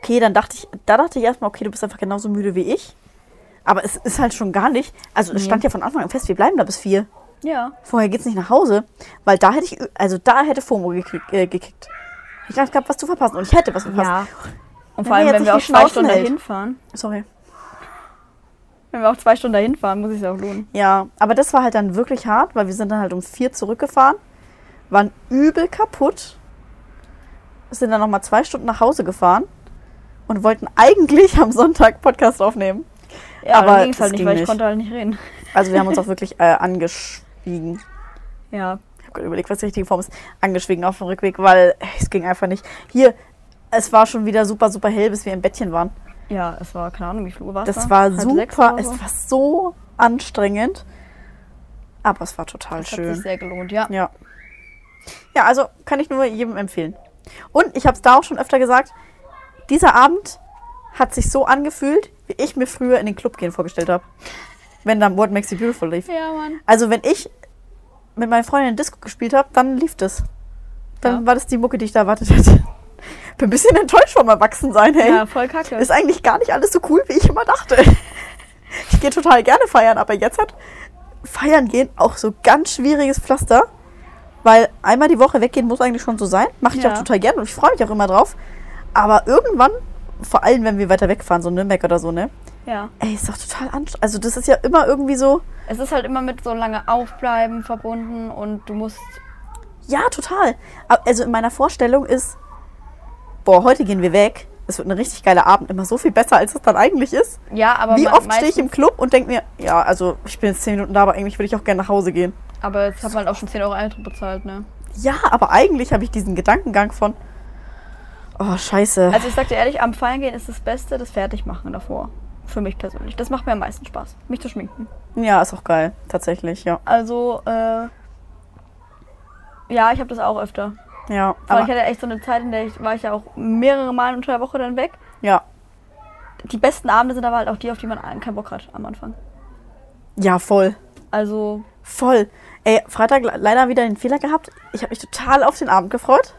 Okay, dann dachte ich, da dachte ich erstmal, okay, du bist einfach genauso müde wie ich. Aber es ist halt schon gar nicht. Also es stand ja von Anfang an fest, wir bleiben da bis vier.
Ja.
Vorher geht's nicht nach Hause. Weil da hätte ich, also da hätte FOMO gekriegt. Äh, gekickt. Ich dachte, ich hab was zu verpassen und ich hätte was verpasst.
Ja. Und
Wenn
vor allem,
er jetzt
wenn wir auch
nicht die
zwei
Schnauze halt.
Stunden
hält.
dahin fahren,
Sorry.
wenn wir auch zwei Stunden dahin fahren, muss ich es auch lohnen.
Ja, aber das war halt dann wirklich hart, weil wir sind dann halt um vier zurückgefahren, waren übel kaputt, sind dann nochmal zwei Stunden nach Hause gefahren und wollten eigentlich am Sonntag Podcast aufnehmen.
Ja,
Aber
dann ging's
das
halt nicht,
ging
weil ich
nicht.
konnte halt nicht reden.
Also wir haben uns auch wirklich äh, angeschwiegen.
Ja,
Ich habe gerade überlegt, was die richtige Form ist. Angeschwiegen auf dem Rückweg, weil äh, es ging einfach nicht. Hier, es war schon wieder super, super hell, bis wir im Bettchen waren.
Ja, es war, keine Ahnung, wie viel Uhr war es
Das
da?
war
Halb sechs
super,
oder
es
so?
war so anstrengend. Aber es war total
Das
schön.
hat sich sehr gelohnt, ja.
Ja. Ja, also kann ich nur jedem empfehlen. Und ich habe es da auch schon öfter gesagt, dieser Abend hat sich so angefühlt, wie ich mir früher in den Club gehen vorgestellt habe. Wenn dann What Makes You Beautiful lief.
Ja, Mann.
Also wenn ich mit meinen Freunden Disco gespielt habe, dann lief das. Dann
Ja.
war das die Mucke, die ich da erwartet hätte. Bin ein bisschen enttäuscht vom Erwachsensein, hey.
Ja, voll kacke.
Ist eigentlich gar nicht alles so cool, wie ich immer dachte. Ich gehe total gerne feiern, aber jetzt hat Feiern gehen auch so ganz schwieriges Pflaster. Weil einmal die Woche weggehen muss eigentlich schon so sein. Mache ich
Ja.
auch total gerne und ich freue mich auch immer drauf. Aber irgendwann, vor allem wenn wir weiter wegfahren, so Nürnberg oder so, ne?
ja.
Ey, ist doch total anstrengend. Also das ist ja immer irgendwie so,
Es ist halt immer mit so lange Aufbleiben verbunden und du musst.
ja, total. Aber- Also in meiner Vorstellung ist, boah, heute gehen wir weg. Es wird ein richtig geiler Abend, immer so viel besser, als es dann eigentlich ist.
Ja, aber
Wie
me-
oft stehe ich
meistens-
im Club und denke mir, ja, also ich bin jetzt zehn Minuten da, aber eigentlich würde ich auch gerne nach Hause gehen.
Aber jetzt hat man auch schon 10 Euro Eintritt bezahlt, ne?
Ja, aber eigentlich habe ich diesen Gedankengang von, oh scheiße.
Also ich sag dir ehrlich, am Feiern gehen ist das Beste, das Fertigmachen davor. Für mich persönlich. Das macht mir am meisten Spaß, mich zu schminken.
ja, ist auch geil, tatsächlich, ja.
Also, äh. Ja, ich habe das auch öfter.
Ja,
Aber ich
aber,
hatte echt so eine Zeit, in der ich war ich ja auch mehrere Mal unter der Woche dann weg.
ja.
Die besten Abende sind aber halt auch die, auf die man keinen Bock hat am Anfang.
ja, voll,
Also,
voll. Ey, Freitag le- leider wieder den Fehler gehabt. Ich habe mich total auf den Abend gefreut.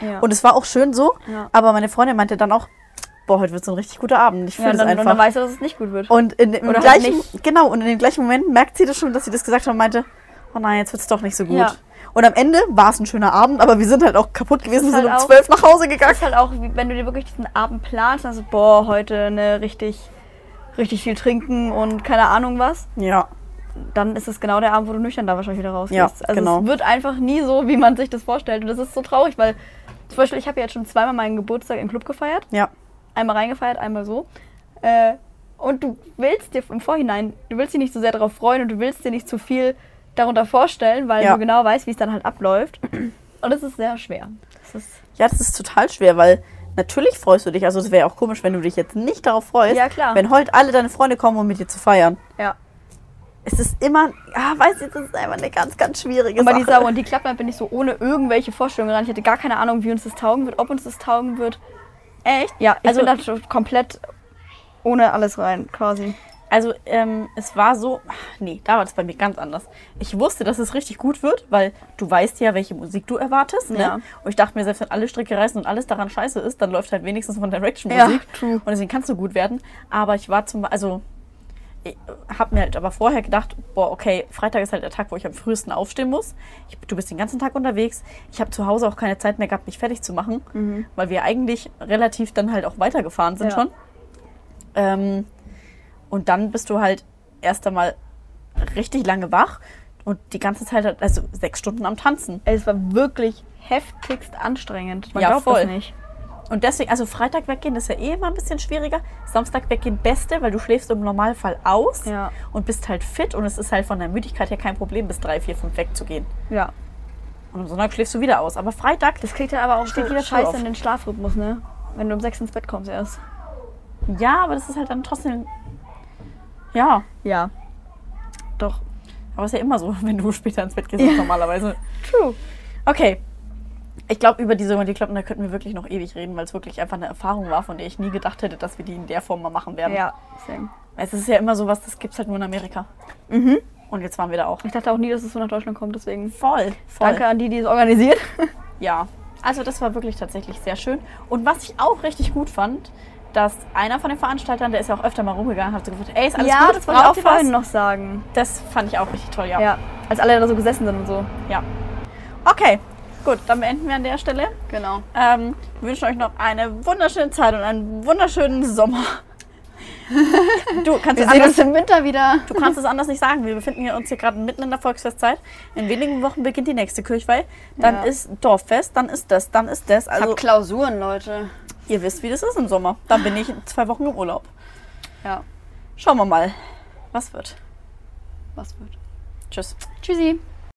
ja.
Und es war auch schön so,
Ja.
aber meine Freundin meinte dann auch, boah, heute wird so ein richtig guter Abend. Ich
ja,
fühle
und
das
dann, und
einfach.
dann weißt du, dass es nicht gut wird.
Und in dem im
Oder halt
gleichen,
nicht.
genau, und in dem gleichen Moment merkt sie das schon, dass sie das gesagt hat und meinte, oh nein, jetzt wird's doch nicht so gut.
Ja.
Und am Ende war es ein schöner Abend, aber wir sind halt auch kaputt gewesen,
ist
sind
halt
um
auch-
zwölf nach Hause gegangen.
Das ist halt auch, wie, wenn du dir wirklich diesen Abend planst, also boah, heute ne, richtig, richtig viel trinken und keine Ahnung was,
Ja,
dann ist es genau der Abend, wo du nüchtern da wahrscheinlich wieder rausgehst.
Ja,
also
genau.
es wird einfach nie so, wie man sich das vorstellt. Und das ist so traurig, weil zum Beispiel, ich habe ja jetzt schon zweimal meinen Geburtstag im Club gefeiert.
ja,
Einmal reingefeiert, einmal so. Äh, und du willst dir im Vorhinein, du willst dich nicht so sehr darauf freuen und du willst dir nicht zu viel darunter vorstellen, weil
Ja.
du genau weißt, wie es dann halt abläuft. Und es ist sehr schwer. Das ist
ja, das ist total schwer, weil natürlich freust du dich. Also es wäre auch komisch, wenn du dich jetzt nicht darauf freust,
Ja, klar.
wenn heute alle deine Freunde kommen, um mit dir zu feiern.
Ja.
Es ist immer, ah, weiß ich, das ist einfach eine ganz, ganz schwierige
Aber
Sache.
die Sau und die Klappnacht bin ich so ohne irgendwelche Vorstellungen ran. Ich hätte gar keine Ahnung, wie uns das taugen wird, ob uns das taugen wird. Echt? Ja, ich also,
Also-
bin da schon komplett ohne alles rein, quasi.
Also ähm, es war so, ach, nee, da war das bei mir ganz anders. Ich wusste, dass es richtig gut wird, weil du weißt ja, welche Musik du erwartest. Ne?
Ja.
Und ich dachte mir, selbst wenn alle Stricke reißen und alles daran scheiße ist, dann läuft halt wenigstens von Direction
Ja,
Musik.
true.
Und deswegen kannst du gut werden. Aber ich war zum Beispiel, also ich habe mir halt aber vorher gedacht, boah, okay, Freitag ist halt der Tag, wo ich am frühesten aufstehen muss. Ich, du bist den ganzen Tag unterwegs. Ich habe zu Hause auch keine Zeit mehr gehabt, mich fertig zu machen, weil wir eigentlich relativ dann halt auch weitergefahren sind
Ja.
schon. Ähm, und dann bist du halt erst einmal richtig lange wach und die ganze Zeit, halt- also sechs Stunden am Tanzen.
Ey, Es war wirklich heftigst anstrengend. Man
Ja,
glaubt
voll.
das nicht.
Und deswegen, also Freitag weggehen ist ja eh immer ein bisschen schwieriger. Samstag weggehen beste, weil du schläfst im Normalfall aus
Ja.
und bist halt fit und es ist halt von der Müdigkeit her kein Problem, bis drei, vier, fünf wegzugehen.
Ja.
Und am Sonntag schläfst du wieder aus. Aber Freitag,
Das kriegt ja aber auch
Steht
so
jeder früh
scheiße
auf.
in den Schlafrhythmus, ne? Wenn du um sechs ins Bett kommst erst.
ja, aber das ist halt dann trotzdem. Ja,
Ja. Doch.
aber ist ja immer so, wenn du später ins Bett gehst, als normalerweise.
True.
Okay. Ich glaube, über diese Monty Kloppen, da könnten wir wirklich noch ewig reden, weil es wirklich einfach eine Erfahrung war, von der ich nie gedacht hätte, dass wir die in der Form mal machen werden.
Ja, same.
Es ist ja immer sowas, das gibt's halt nur in Amerika.
Mhm.
Und jetzt waren wir da auch.
Ich dachte auch nie, dass es so nach Deutschland kommt, deswegen.
Voll, voll.
Danke an die, die es organisiert.
Ja. Also das war wirklich tatsächlich sehr schön. Und was ich auch richtig gut fand, dass einer von den Veranstaltern, der ist ja auch öfter mal rumgegangen, hat so gefragt, ey, ist alles
ja,
gut?
das wollte ich auch
Braucht ihr was?
vorhin noch sagen.
Das fand ich auch richtig toll, ja.
Ja. Als alle da so gesessen sind und so.
ja. Okay, gut, dann beenden wir an der Stelle.
Genau.
Ähm, wir wünschen euch noch eine wunderschöne Zeit und einen wunderschönen Sommer. Du kannst,
Wir
es
sehen uns
anders,
im Winter wieder.
du kannst es anders nicht sagen. Wir befinden hier uns hier gerade mitten in der Volksfestzeit. In wenigen Wochen beginnt die nächste Kirchweih. Dann
Ja.
ist Dorffest, dann ist das, dann ist das. Also
Klausuren, Leute.
ihr wisst, wie das ist im Sommer. Dann bin ich in zwei Wochen im Urlaub.
Ja,
Schauen wir mal, was wird.
was wird.
Tschüss.
Tschüssi.